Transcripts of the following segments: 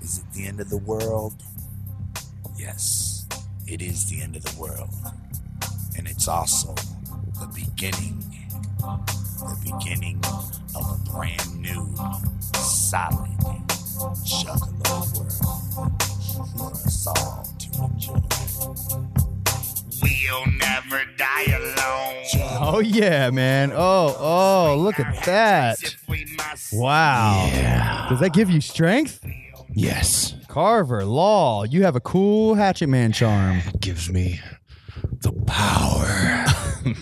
Is it the end of the world? Yes, it is the end of the world. And it's also the beginning, the beginning of a brand new, solid, juggalo world for us all to enjoy. We'll never die alone. Oh yeah, man. Oh, oh, look at that. Wow. Does that give you strength? Yes. Carver, Law, you have a cool Hatchet Man charm. It gives me the power.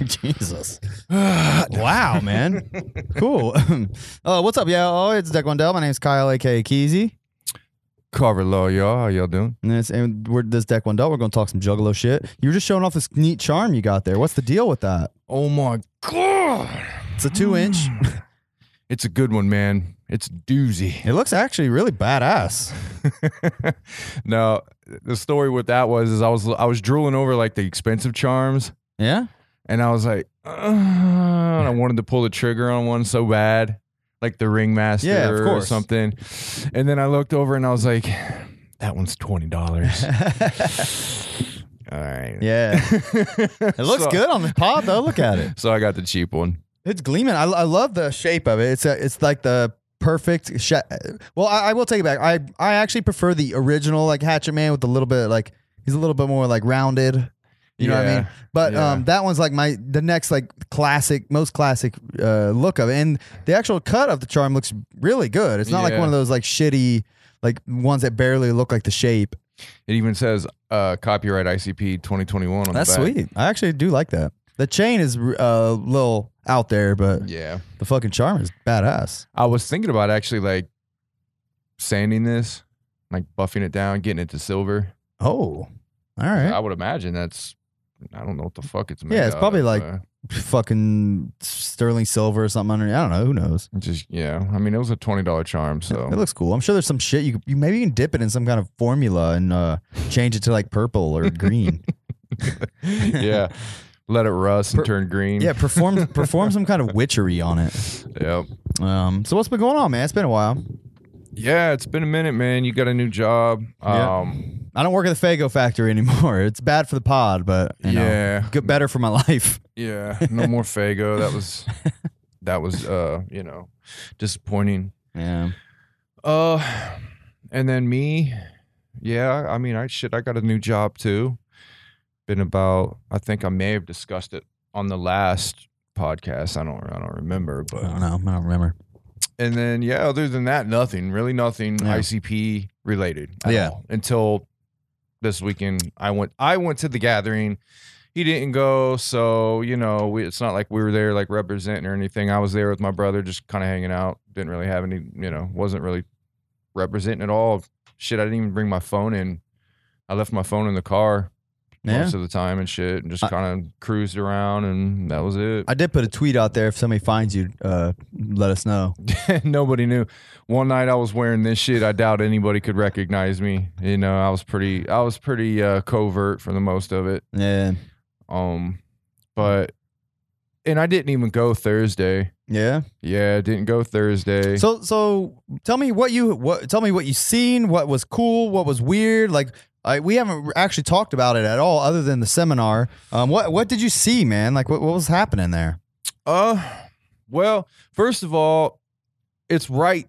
Jesus. wow, man. cool. uh, what's up, y'all? It's Deck Wendell. My name's Kyle, aka Keezy. Carver Law, y'all. How y'all doing? And, it's, and we're this Deck Wendell. We're gonna talk some Juggalo shit. You were just showing off this neat charm you got there. What's the deal with that? Oh my god. It's a two inch. Mm. It's a good one, man. It's a doozy. It looks actually really badass. no, the story with that was is I was I was drooling over like the expensive charms Yeah. and I was like, "Ugh," and I wanted to pull the trigger on one so bad, like the ringmaster Yeah, of or course. something. And then I looked over and I was like, that one's $20. All right. yeah. it It looks good on the pod though. Look at it. So I got the cheap one. It's gleaming. I, I love the shape of it. It's a, it's like the perfect. Sh- well, I, I will take it back. I I actually prefer the original like Hatchet Man with a little bit like he's a little bit more like rounded. You know what I Yeah, mean? But yeah. um, that one's like my the next like classic, most classic uh, look of it, and the actual cut of the charm looks really good. It's not like Yeah. one of those like shitty like ones that barely look like the shape. It even says uh, copyright ICP 2021 on That's the back. sweet. I actually do like that. The chain is uh, a little out there, but Yeah. the fucking charm is badass. I was thinking about actually like sanding this, like buffing it down, getting it to silver. Oh, all right. I would imagine that's I don't know what the fuck it's made. Yeah, it's out probably of, like- uh, fucking sterling silver or something underneath. I don't know. Who knows? just yeah. I mean, it was a twenty dollar charm, so It looks cool. I'm sure there's some shit you, you maybe you can dip it in some kind of formula and uh, change it to like purple or green. yeah. Let it rust Per- and turn green. yeah, perform perform some kind of witchery on it. Yep. Um, so what's been going on, man? It's been a while. Yeah, it's been a minute, man. You got a new job. Yeah. Um I don't work at the Fago factory anymore. It's bad for the pod, but you know, yeah. good better for my life. Yeah. No more Fago. That was that was uh, you know, disappointing. Yeah. Uh, and then me, yeah. I mean, I shit. I got a new job too. Been about. I think I may have discussed it on the last podcast. I don't. I don't remember. I But don't know. I don't remember. and then yeah. Other than that, nothing. Really, nothing Yeah. ICP related. at Yeah. all. until this weekend, I went. I went to the gathering. He didn't go, so you know we, it's not like we were there like representing or anything. I was there with my brother, just kind of hanging out. Didn't really have any, you know, wasn't really representing at all. Shit, I didn't even bring my phone in. I left my phone in the car Yeah. Uh, most of the time and shit, and just I- kind of cruised around, and that was it. I did put a tweet out there. If somebody finds you, uh, let us know. Nobody knew. One night I was wearing this shit. I doubt anybody could recognize me. You know, I was pretty, I was pretty uh, covert for the most of it. Yeah. Um, but and I didn't even go Thursday. Yeah. Yeah, I didn't go Thursday. So so tell me what you what tell me what you seen, what was cool, what was weird. Like I, we haven't actually talked about it at all, other than the seminar. Um, what what did you see, man? Like what, what was happening there? Uh, well, first of all, it's right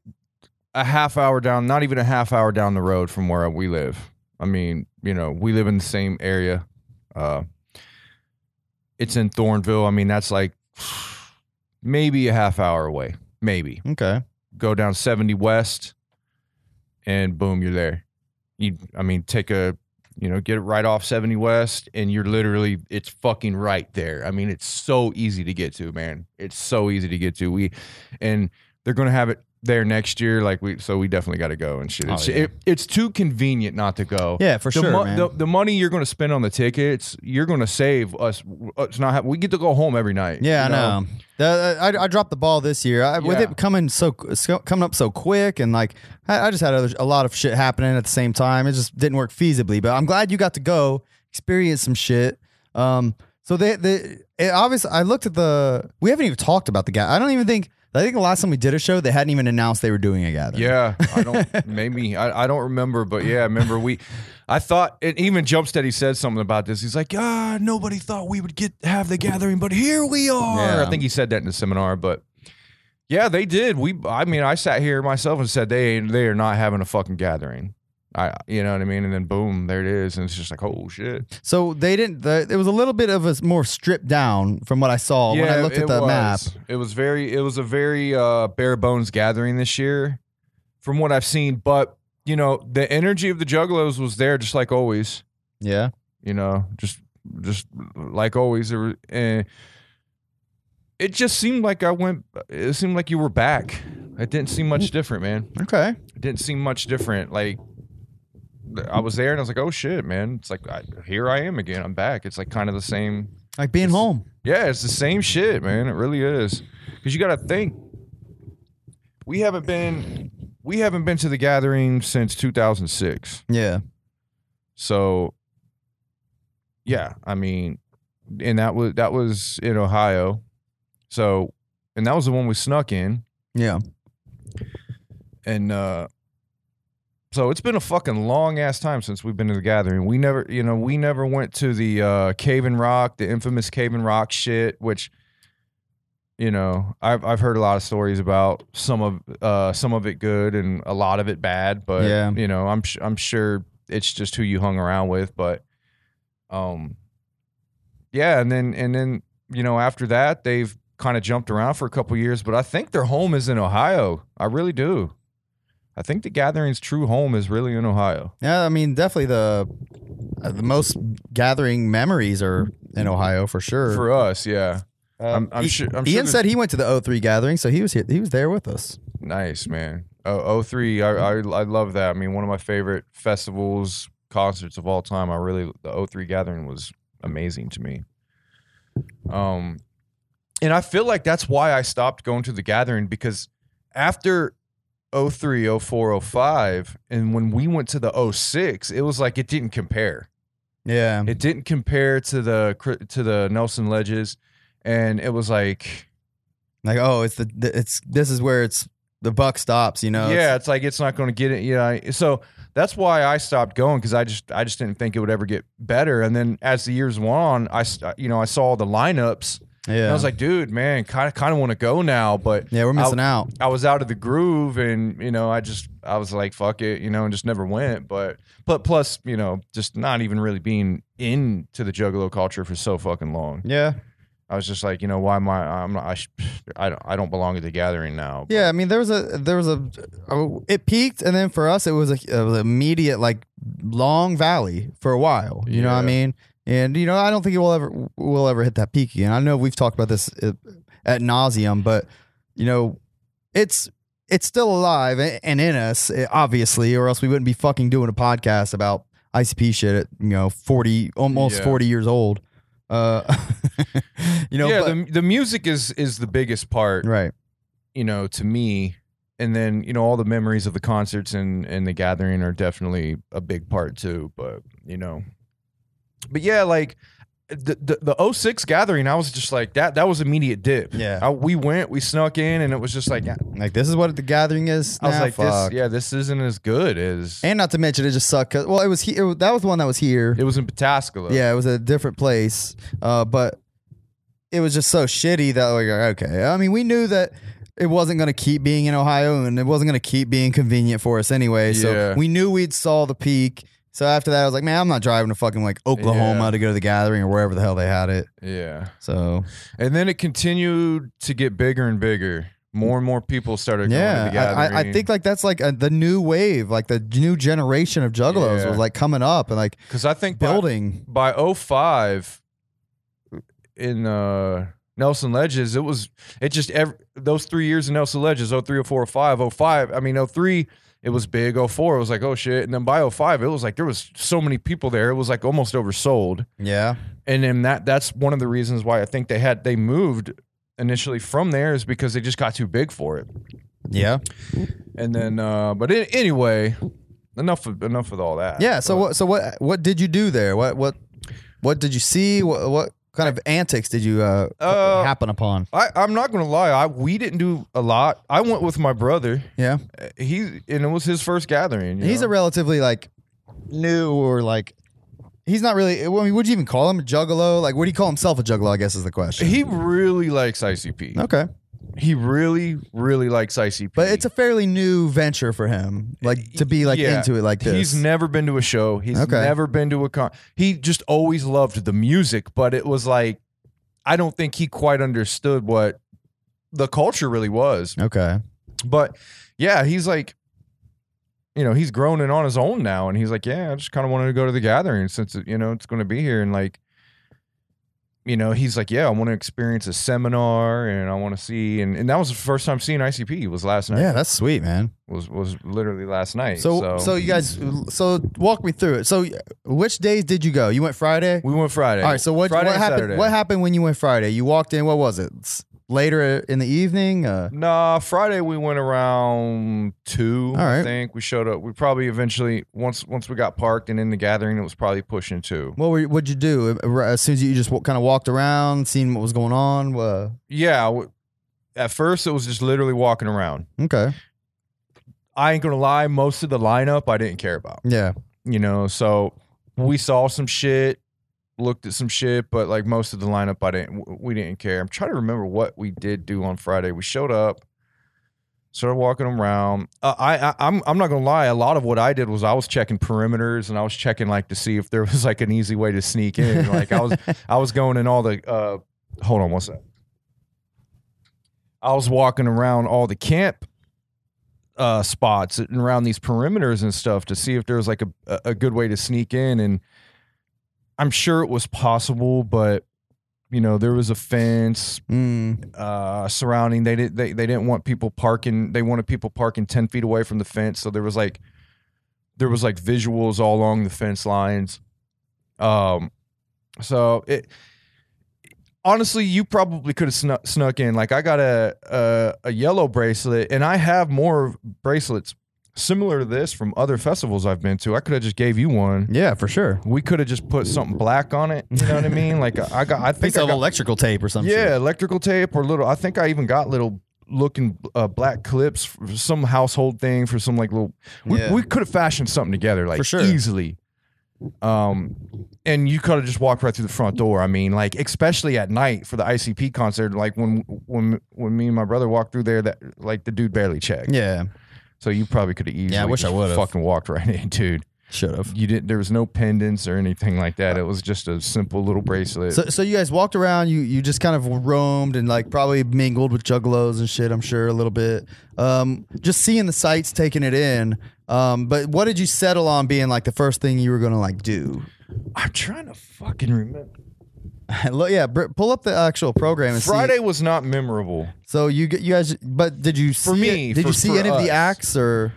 a half hour down, not even a half hour down the road from where we live. I mean, you know, we live in the same area. Uh, it's in Thornville. I mean, that's like maybe a half hour away. Maybe Okay, go down 70 west, and boom, you're there. You, I mean, take a, you know, get it right off 70 west, and you're literally, it's fucking right there. I mean, it's so easy to get to, man. It's so easy to get to. We, and they're gonna have it there next year, like we. So we definitely got to go and shit. Oh, It's, yeah. it, it's too convenient not to go yeah, for the, sure, mo- man. the the money you're going to spend on the tickets, you're going to save us. It's not have, we get to go home every night. yeah, I you know. The- uh, I, I dropped the ball this year I, with Yeah. it coming so, so coming up so quick, and like I, I just had other, a lot of shit happening at the same time. It just didn't work feasibly. But I'm glad you got to go experience some shit. Um, so they, they it obviously I looked at the we haven't even talked about the guy. I don't even think I think the last time we did a show, they hadn't even announced they were doing a gathering. Yeah, I don't. maybe I, I don't remember, but yeah, I remember we. I thought, and even Jumpsteady said something about this. He's like, ah, nobody thought we would get have the gathering, but here we are. Yeah. I think he said that in the seminar, but yeah, they did. We, I mean, I sat here myself and said they they are not having a fucking gathering. I, you know what I mean, and then boom, there it is, and it's just like, oh shit. So they didn't. The, it was a little bit of a s- more stripped down from what I saw Oh, when I looked at it the was. map. It was very, it was a very uh, bare bones gathering this year, from what I've seen. But you know, the energy of the Juggalos was there, just like always. Yeah, you know, just just like always. there were- And it just seemed like I went. It seemed like you were back. It didn't seem much different, man. okay. It didn't seem much different. Like I was there and I was like, oh shit, man. It's like I, here I am again. I'm back. It's like kind of the same. Like being It's- home. Yeah, it's the same shit, man. It really is. Cause you got to think. We haven't been we haven't been to the gathering since 2006. Yeah, So yeah, I mean, and that was that was in Ohio. So and that was the one we snuck in. yeah. And uh so it's been a fucking long ass time since we've been to the gathering. We never you know, we never went to the uh Cave and Rock, the infamous Cave and Rock shit, which you know, I've I've heard a lot of stories about some of uh some of it good and a lot of it bad, but Yeah. you know, I'm sh- I'm sure it's just who you hung around with, but um yeah, and then and then you know, after that they've kind of jumped around for a couple years, but I think their home is in Ohio. I really do. I think the gathering's true home is really in Ohio. Yeah, I mean, definitely the uh, the most gathering memories are in Ohio for sure. For us, yeah. I'm- I'm E- sure- I'm sure Ian there's- said he went to the O3 gathering, so he was here. He was there with us. Nice, man. Oh, 03, I, I I love that. I mean, one of my favorite festivals, concerts of all time. I really the 03 gathering was amazing to me. Um and I feel like that's why I stopped going to the gathering because after 03, 04, 05, and when we went to the 06, it was like it didn't compare. Yeah, It didn't compare to the cri- to the Nelson Ledges and it was like like oh, it's the, the it's this is where it's the buck stops. You know. yeah, it's like it's not going to get it. Yeah, I- so that's why I stopped going because I just I just didn't think it would ever get better. And then as the years went on, I s- you know I saw the lineups. It's- yeah. And I was like, dude, man, kind of kind of want to go now, but yeah, we're missing out. I was out of the groove, and you know I just I was like, fuck it, you know, and just never went. But but plus you know just not even really being into the Juggalo culture for so fucking long. Yeah. I was just like, you know, why am I? I'm not. I, sh- I don't. I don't belong at the gathering now. Yeah, I mean there was a there was a oh, it peaked and then for us it was a it was an immediate like long valley for a while. You know what I Yeah. mean? And you know I don't think we'll ever we'll ever hit that peak again. I know we've talked about this uh, at nauseum, but you know it's it's still alive a- and in us eh, obviously, or else we wouldn't be fucking doing a podcast about ICP shit at you know forty almost Yeah. forty years old. Uh, you know, yeah, but- the, the music is is the biggest part, right? you know, to me. And then you know all the memories of the concerts and and the gathering are definitely a big part too. But you know, but yeah, like the the, the 06 gathering, I was just like that. That was immediate dip. Yeah. I, we went, we snuck in, and it was just like I Like this is what the gathering is. was now? like, Fuck. this, yeah, this isn't as good as And not to mention, it just sucked. 'cause- well, it was here. That was the one that was here. it was in Pataskala. yeah, it was a different place. Uh, but it was just so shitty that like, okay. I mean, we knew that it wasn't going to keep being in Ohio, and it wasn't going to keep being convenient for us anyway. So Yeah. we knew we'd saw the peak. So after that, I was like, man, I'm not driving to fucking like Oklahoma Yeah. to go to the gathering or wherever the hell they had it. yeah. So And then it continued to get bigger and bigger. More and more people started going yeah, to the I, gathering. I, I think like that's like a, the new wave, like the new generation of juggalos Yeah. was like coming up and like because I think by- building. by 05 in uh Nelson Ledges, it was it just ev those three years in Nelson Ledges, 03, 04, 05, 05. I mean, 03, it was big. 04, it was like, oh shit. And then by 05, it was like there was so many people there. It was like almost oversold. Yeah, And then that that's one of the reasons why I think they had they moved initially from there is because they just got too big for it. yeah. And then uh but a- anyway, enough of enough with all that. Yeah. So But- what? So what? What did you do there? What? What? What did you see? What? What? kind of antics did you uh, Uh, happen upon? I, I'm not gonna lie. I we didn't do a lot. I went with my brother. Yeah, Uh, He and it was his first gathering. you he's know? a relatively like new or like he's not really. I mean, would you even call him a juggalo? Like, would he call himself a juggalo? I guess is the question. he really likes ICP. okay, He really really likes ICP. but it's a fairly new venture for him, like to be like Yeah. into it like this. He's never been to a show. He's Okay. never been to a con. He just always loved the music, but it was like I don't think he quite understood what the culture really was. okay. But yeah, he's like, you know, he's grown and on his own now, and he's like, yeah, I just kind of wanted to go to the gathering since you know it's going to be here, and like, you know, he's like, yeah, I want to experience a seminar, and I want to see, and, and that was the first time seeing ICP was last night. Yeah, that's sweet, man. was was literally last night. So, so, you guys, so walk me through it. So, which days did you go? You went Friday. we went Friday. All right. So what, Friday what and happened? Saturday. What happened when you went Friday? You walked in. What was it? S- Later in the evening. Uh, Nah, Friday we went around two. All right. I think we showed up. We probably eventually once once we got parked and in the gathering, it was probably pushing two. what were what'd you do? Uh, As soon as you just kind of walked around, seeing what was going on. Uh, Yeah. w- At first, it was just literally walking around. okay. I ain't gonna lie, most of the lineup I didn't care about. Yeah. You know, so we saw some shit, looked at some shit, but like most of the lineup I didn't w- we didn't care. I'm trying to remember what we did do on Friday. We showed up. Started walking around. Uh, I, I I'm I'm not gonna lie. A lot of what I did was I was checking perimeters and I was checking like to see if there was like an easy way to sneak in. Like I was I was going in all the uh hold on one sec. I was walking around all the camp uh spots and around these perimeters and stuff to see if there was like a a a good way to sneak in and I'm sure it was possible, but you know, there was a fence Mm, uh surrounding they did they, they didn't want people parking they wanted people parking 10 feet away from the fence so there was like there was like visuals all along the fence lines um so it honestly you probably could have snuck, snuck in like i got a, a a yellow bracelet and i have more bracelets similar to this from other festivals i've been to i could have just gave you one yeah, for sure. we could have just put something black on it you know what i mean like i, I got i think Piece I of got- electrical tape or something. yeah, electrical tape or little. I think I even got little looking uh, black clips for some household thing for some like little. We, Yeah. we could have fashioned something together like For sure. easily. Um, and you could have just walked right through the front door. I mean, like especially at night for the ICP concert. Like when when when me and my brother walked through there, that like the dude barely checked. Yeah. So you probably could have easily. wish just I would've. fucking walked right in, dude. Should have. You didn't. There was no pendants or anything like that. It was just a simple little bracelet. So, so you guys walked around. You you just kind of roamed and like probably mingled with juggalos and shit. I'm sure a little bit. Um, just seeing the sights, taking it in. Um, but what did you settle on being like the first thing you were gonna like do? I'm trying to fucking remember. Look, yeah, br- pull up the actual program. And see- Friday was not memorable. So you g- you guys, but did you see For it- me, Did for- you see for any of us. the acts or?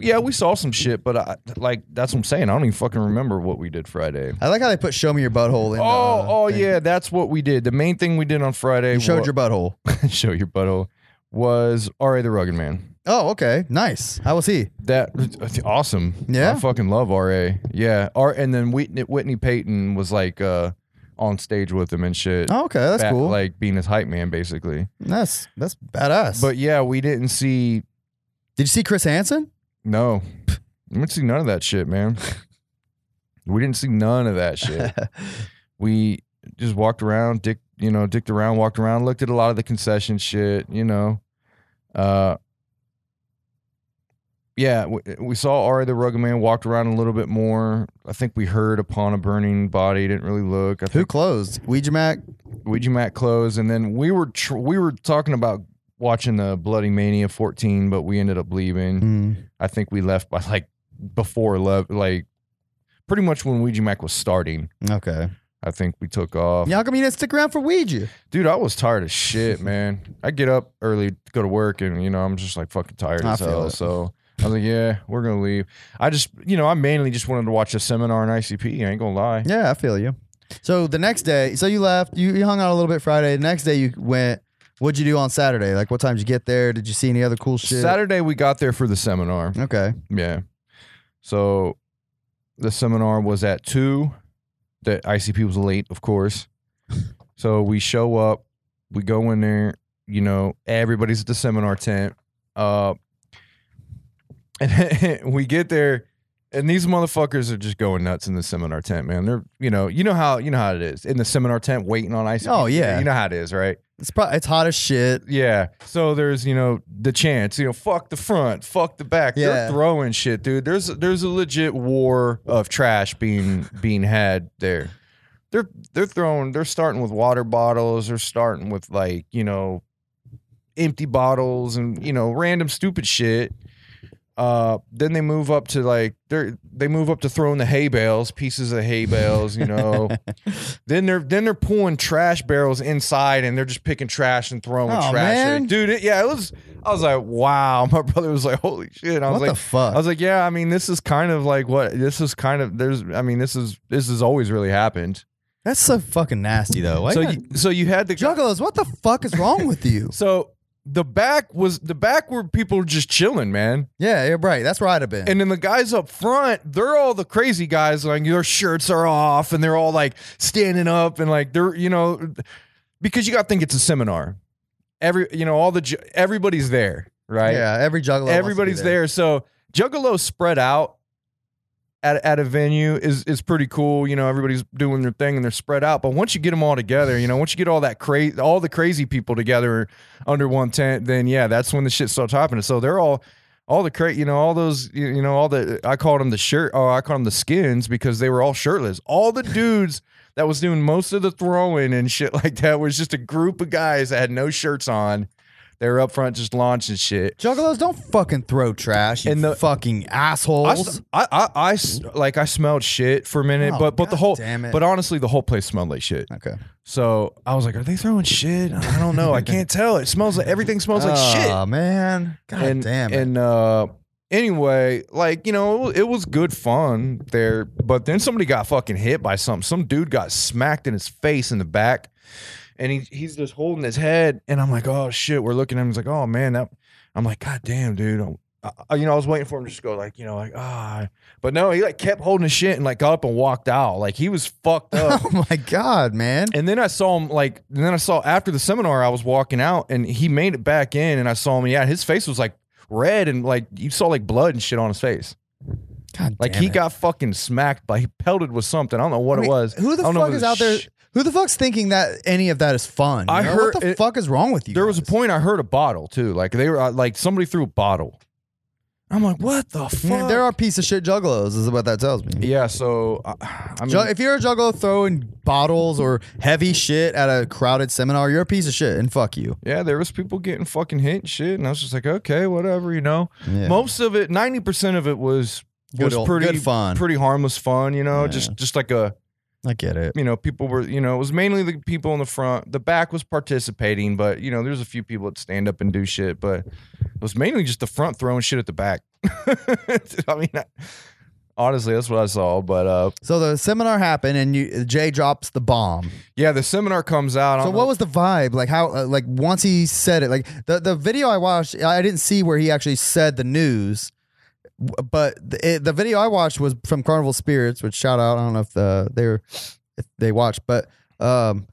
Yeah, we saw some shit, but I like that's what I'm saying. I don't even fucking remember what we did Friday. I like how they put "Show me your butthole" in. the Oh, oh thing. yeah, that's what we did. The main thing we did on Friday uh, you showed wa- your butthole. show your butthole was Ra the Rugged Man. Oh, okay, nice. How was he? That that's awesome. Yeah? I fucking love Ra. Yeah, R and then Whitney, Whitney Payton was like uh on stage with him and shit. Oh, okay, that's Ba- cool. Like being his hype man, basically. that's that's badass. But yeah, we didn't see did you see Chris Hansen? no. We didn't see none of that shit, man. we didn't see none of that shit. we just walked around, dick, you know, dicked around, walked around, looked at a lot of the concession shit, you know. Uh, yeah, we, we saw Ari the Rugged Man walked around a little bit more. I think we heard upon a burning body. Didn't really look. I Who think closed? Ouija Mac. Ouija mat closed, and then we were tr- we were talking about watching the Bloody Mania 14, but we ended up leaving. Mm. I think we left by like before love, like pretty much when Ouija Mac was starting. Okay. I think we took off. Yeah, how come you didn't stick around for Ouija? Dude, I was tired as shit, man. I get up early, go to work, and you know I'm just like fucking tired I as feel hell. it. So I was like, yeah, we're gonna leave. I just, you know, I mainly just wanted to watch a seminar in ICP. I ain't gonna lie. Yeah, I feel you. So the next day, so you left. You, you hung out a little bit Friday. The next day you went. What'd you do on Saturday? Like, what time did you get there? Did you see any other cool shit? Saturday we got there for the seminar. Okay. Yeah. So the seminar was at two. The ICP was late, of course. So we show up, we go in there, you know, everybody's at the seminar tent. Uh and we get there and these motherfuckers are just going nuts in the seminar tent, man. They're you know, you know how you know how it is. In the seminar tent waiting on ice. Oh, yeah. You know how it is, right? It's probably it's hot as shit. Yeah. So there's, you know, the chance, you know, fuck the front, fuck the back. They're Yeah. throwing shit, dude. There's there's a legit war of trash being being had there. They're they're throwing they're starting with water bottles, they're starting with like, you know, empty bottles and, you know, random stupid shit. Uh, then they move up to like they're they move up to throwing the hay bales, pieces of hay bales, you know. then they're then they're pulling trash barrels inside and they're just picking trash and throwing Oh, trash. man. Dude, it, yeah, it was I was like, wow. My brother was like, holy shit. I What was the like fuck? I was like, yeah, I mean, this is kind of like what this is kind of there's I mean, this is this has always really happened. That's so fucking nasty though. Why so you you, so you had the juggalos, what the fuck is wrong with you? So the back was the back where people were just chilling, man. yeah, you're right. That's where I'd have been. And then the guys up front, they're all the crazy guys. Like their shirts are off, and they're all like standing up, and like they're you know, because you got to think it's a seminar. Every you know, all the ju- everybody's there, right? yeah, every juggalo. wants to be everybody's there. So Juggalo spread out at, at a venue is is pretty cool. You know, everybody's doing their thing and they're spread out. But once you get them all together, you know, once you get all that crazy, all the crazy people together under one tent, then yeah, that's when the shit starts happening. So they're all. All the cra you know, all those, you you know, all the, I called them the shirt, or I called them the skins because they were all shirtless. All the dudes that was doing most of the throwing and shit like that was just a group of guys that had no shirts on. They were up front just launching shit. Juggalos don't fucking throw trash. You And the- fucking I, assholes. s- I, I- I s- like I smelled shit for a minute, Oh, but but the God whole damn it. but honestly the whole place smelled like shit. okay. So I was like, are they throwing shit? I don't know. I can't tell. It smells like everything smells like shit. Oh man. God and damn it. and uh, anyway, like you know, it was, it was good fun there. But then somebody got fucking hit by something. Some dude got smacked in his face in the back, and he he's just holding his head. And I'm like, oh shit. We're looking at him. He's like, oh man. That I'm like, god damn, dude. I'm- I, you know, I was waiting for him to just go like, you know, like ah, but no, he like kept holding his shit and like got up and walked out. Like he was fucked up. oh my god, man. And then I saw him like, and then I saw after the seminar, I was walking out and he made it back in and I saw him. Yeah, his face was like red and like you saw like blood and shit on his face. God Like damn he it. got fucking smacked by, he pelted with something. I don't know what I mean, it was. Who the I don't know fuck if it is was out there? sh- Who the fuck's thinking that any of that is fun? you I know? heard what the it- fuck is wrong with you? There was a guys? point I heard a bottle too. Like they were uh, like somebody threw a bottle. I'm like, what the Mm, fuck? There are piece of shit juggalos, is what that tells me. yeah, so uh, I mean, Ju- if you're a juggalo throwing bottles or heavy shit at a crowded seminar, you're a piece of shit and fuck you. yeah, there was people getting fucking hit and shit, and I was just like, okay, whatever, you know. Yeah. Most of it, ninety percent of it was Good was ol- pretty good fun. pretty harmless fun. You know, Yeah. just just like a I get it. you know people were you know it was mainly the people in the front. The back was participating, but you know there's a few people that stand up and do shit, but it was mainly just the front throwing shit at the back. I mean, I- honestly, that's what I saw. But uh, So the seminar happened, and you Jay drops the bomb. yeah, the seminar comes out. I So don't what know- was the vibe? Like how? Uh, like once he said it, like the the video I watched, I didn't see where he actually said the news, w- but the, it, the video I watched was from Carnival Spirits, which shout out. I don't know if the, they were if they watched, but um,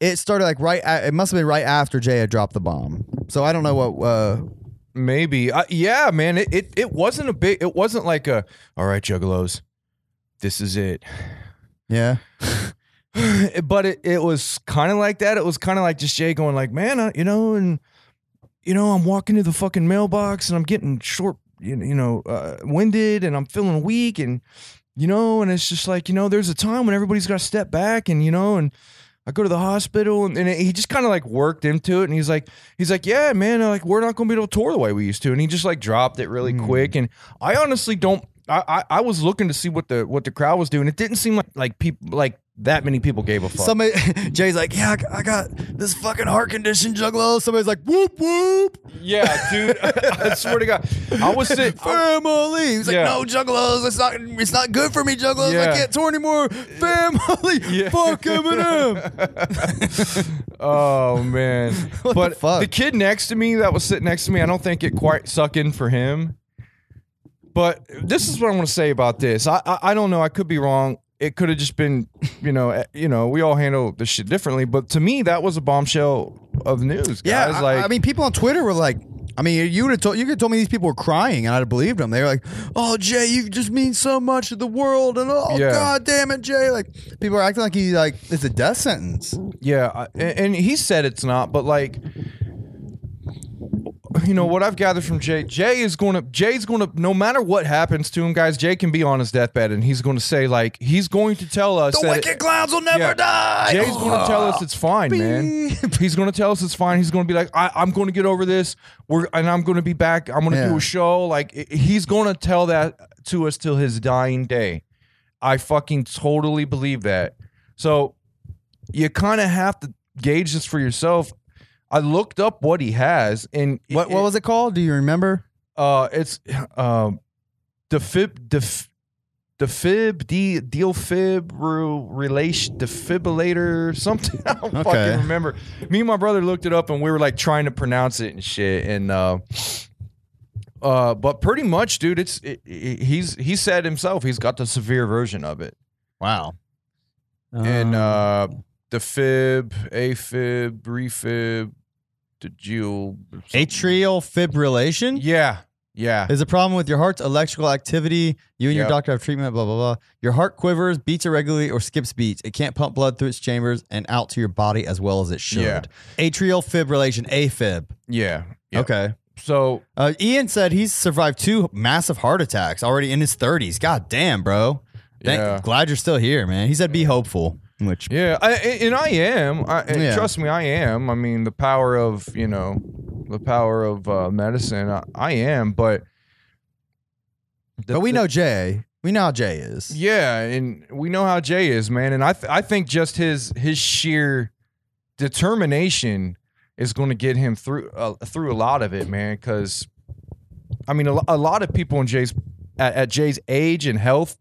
it started like right. At, it must have been right after Jay had dropped the bomb. So I don't know what. Uh, Maybe. Uh, yeah, man. It, it it wasn't a big. It wasn't like a. All right, Juggalos, this is it. yeah, but it it was kind of like that. It was kind of like just Jay going like, man, I, you know, and you know, I'm walking to the fucking mailbox and I'm getting short, you you know, uh, winded and I'm feeling weak and you know, and it's just like you know, there's a time when everybody's got to step back and you know and. I go to the hospital and, and he just kind of like worked into it and he's like he's like yeah man uh, like we're not gonna be able to tour the way we used to and he just like dropped it really quick and I honestly don't I, I I was looking to see what the what the crowd was doing it didn't seem like like people like that many people gave a fuck somebody Jay's like, yeah, I g- I got this fucking heart condition, juggalo. Somebody's like, whoop whoop. yeah dude I swear to God I was sitting Family. He's like, Yeah. no, juggalos. It's not. It's not good for me, juggalos. Yeah. I can't tour anymore. Family. Yeah. Fuck Eminem. oh man What but the fuck? kid next to me that was sitting next to me I don't think it quite suck in for him but this is what I want to say about this I I, I don't know I could be wrong it could have just been, you know, eh, you know, we all handle this shit differently. But to me, that was a bombshell of news. Guys. Yeah, I, like I mean, people on Twitter were like, I mean, you would have told you could have told me these people were crying, and I'd have believed them. They were like, "Oh, Jay, you just mean so much to the world," and oh, Yeah. god damn it, Jay! Like people are acting like he like it's a death sentence. Yeah, I- and, and he said it's not, but like, you know what I've gathered from Jay. Jay is going to Jay's going to no matter what happens to him, guys. Jay can be on his deathbed, and he's going to say like he's going to tell us The that wicked clowns will never yeah. die. Jay's going to tell us it's fine, man. He's going to tell us it's fine. He's going to be like, I, I'm going to get over this. We're and I'm going to be back. I'm going to Yeah. do a show. Like i- he's going to tell that to us till his dying day. I fucking totally believe that. So you kind of have to gauge this for yourself. I looked up what he has, and What what was it called? Do you remember? uh, it's um, defib def, defib de, deal fib relation defibrillator something. I don't Okay. fucking remember. Me and my brother looked it up and we were like trying to pronounce it and shit. And uh, uh, but pretty much, dude, it's it, it- he's he said himself he's got the severe version of it. Wow. Um, and Oh. uh, defib, afib, refib, deal. Atrial fibrillation Yeah, yeah. is a problem with your heart's electrical activity. You and your Yep. doctor have treatment, blah, blah, blah. Your heart quivers, beats irregularly, or skips beats. It can't pump blood through its chambers and out to your body as well as it should. Yeah. Atrial fibrillation, AFib. Yeah. yeah. Okay. So Uh, Ian said he's survived two massive heart attacks already in his 30s. God damn, bro. Thank- Yeah. Glad you're still here, man. He said be hopeful. Which, yeah, I, I- and I am. I, and Yeah. Trust me, I am. I mean, the power of you know, the power of uh, medicine. I, I am, but the- but we the- know Jay. We know how Jay is. Yeah, and we know how Jay is, man. And I th- I think just his his sheer determination is going to get him through uh, through a lot of it, man. Because I mean, a, lo- a lot of people in Jay's at, at Jay's age and health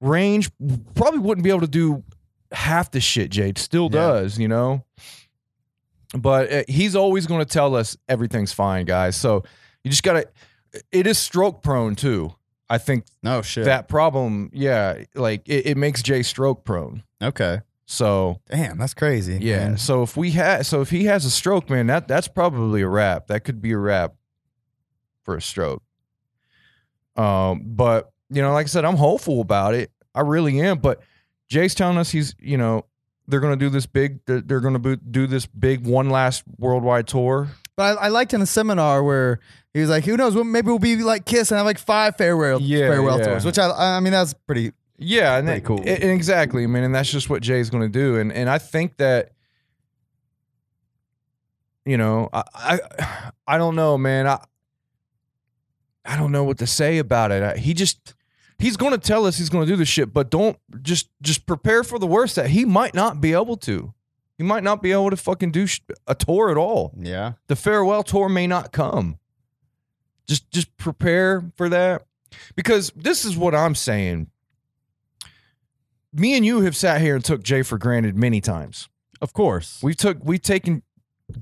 range probably wouldn't be able to do half the shit Jay still Yeah. does, you know. But uh, he's always going to tell us everything's fine, guys. So you just gotta. It is stroke prone too. I think No Oh, shit. that problem, yeah, like it, it makes Jay stroke prone. okay. So Damn, that's crazy. yeah, man. so if we had, so if he has a stroke, man, that that's probably a wrap. That could be a wrap for a stroke. Um, but you know, like I said, I'm hopeful about it. I really am. But Jay's telling us he's, you know, they're gonna do this big. They're, they're gonna bo- do this big one last worldwide tour. But I, I liked in a seminar where he was like, "Who knows? Well, maybe we'll be like Kiss and have like five farewell Yeah, farewell yeah. tours." Which I, I mean, that's pretty. Yeah, and Pretty that, cool. and- and exactly, man, and that's just what Jay's going to do, and and I think that, you know, I I, I don't know, man, I I don't know what to say about it. I, he just he's going to tell us he's going to do this shit, but don't just just prepare for the worst that he might not be able to. He might not be able to fucking do sh- a tour at all Yeah. the farewell tour may not come. Just just prepare for that. Because this is what I'm saying. Me and you have sat here and took Jay for granted many times. Of course. We've took we've taken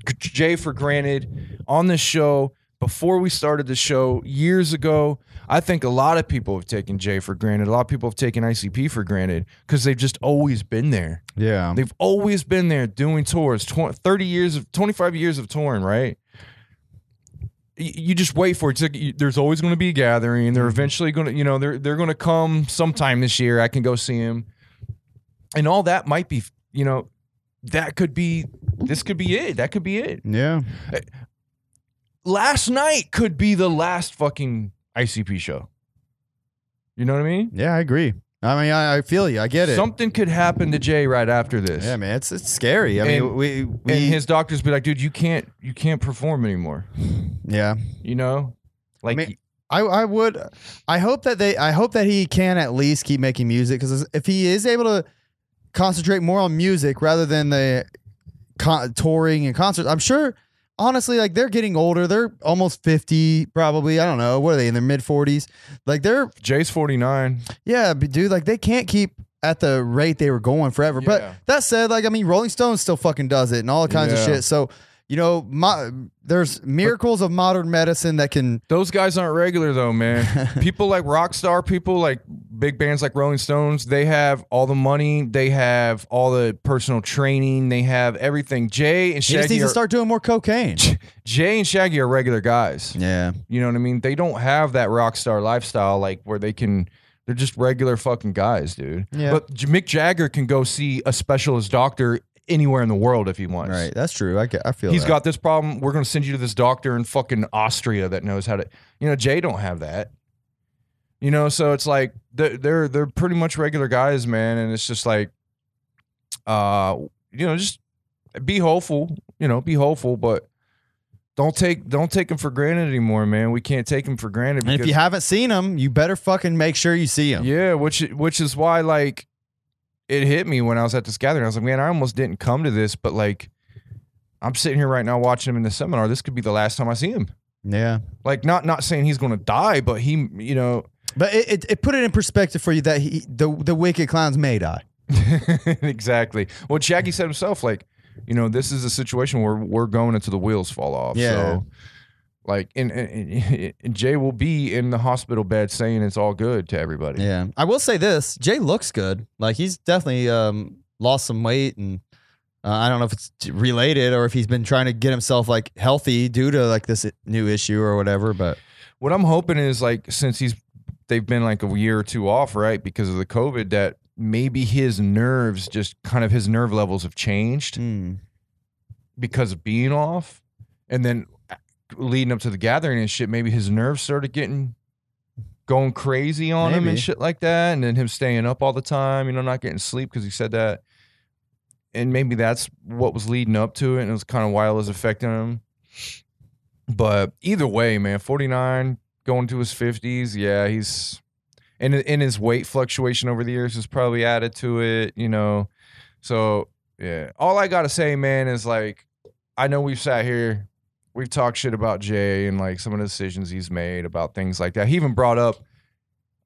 G- Jay for granted on this show before we started the show years ago. I think a lot of people have taken Jay for granted. A lot of people have taken ICP for granted because they've just always been there. yeah. They've always been there doing tours, tw- 30 years of 25 years of touring, right? Y- You just wait for it. It's like, you- there's always going to be a gathering. They're eventually going to, you know, they're they're going to come sometime this year. I can go see them, and all that might be, you know, that could be, this could be it. That could be it. Yeah. Last night could be the last fucking ICP show. You know what I mean? Yeah. I agree. I mean, I, I feel you. I get it. Something could happen to Jay right after this. yeah, man. It's it's scary. I mean, And- we we and his doctors be like, dude, you can't you can't perform anymore. yeah. You know? Like mean- I, I would I hope that they I hope that he can at least keep making music because if he is able to concentrate more on music rather than the con- touring and concerts I'm sure honestly like they're getting older they're almost 50 probably I don't know what are they in their mid 40s like they're Jay's 49. yeah but dude like they can't keep at the rate they were going forever Yeah. but that said like I mean Rolling Stones still fucking does it and all kinds of Yeah. shit so you know my, there's miracles of modern medicine that can Those guys aren't regular though, man. people like rock star people like big bands like Rolling Stones, they have all the money, they have all the personal training, they have everything. Jay and He just Shaggy needs to are, start doing more cocaine. Jay and Shaggy are regular guys. Yeah. You know what I mean? They don't have that rock star lifestyle like where they can they're just regular fucking guys, dude. Yeah. But J- Mick Jagger can go see a specialist doctor anywhere in the world if he wants. Right. That's true. I, get, I feel He's that. got this problem. We're going to send you to this doctor in fucking Austria that knows how to. You know, Jay don't have that. You know, so it's like they're they're, they're pretty much regular guys, man, and it's just like, uh, you know, just be hopeful. You know, be hopeful, but don't take don't take him for granted anymore, man. We can't take him for granted. And if because- you haven't seen him, you better fucking make sure you see him. yeah, which which is why like it hit me when I was at this gathering. I was like, man, I almost didn't come to this, but like I'm sitting here right now watching him in the seminar. This could be the last time I see him. Yeah. Like not not saying he's going to die, but he, you know, But it, it, it put it in perspective for you that he, the the wicked clowns may die. exactly. Well, Jackie said himself like, you know, this is a situation where we're going until the wheels fall off. Yeah. So like and, and, and Jay will be in the hospital bed saying it's all good to everybody. Yeah. I will say this: Jay looks good. Like he's definitely um, lost some weight, and uh, I don't know if it's related or if he's been trying to get himself like healthy due to like this new issue or whatever. But what I'm hoping is like since he's they've been like a year or two off, right, because of the COVID, that maybe his nerves just kind of his nerve levels have changed Hmm. because of being off, and then uh, leading up to the gathering and shit, maybe his nerves started getting going crazy on him Maybe. and shit like that, and then him staying up all the time, you know, not getting sleep because he said that. And maybe that's what was leading up to it, and it was kind of why it was affecting him. But either way, man, 49 going to his 50s, yeah, he's and and his weight fluctuation over the years has probably added to it, you know. So, yeah. All I got to say, man, is like I know we've sat here, we've talked shit about Jay and like some of the decisions he's made about things like that. He even brought up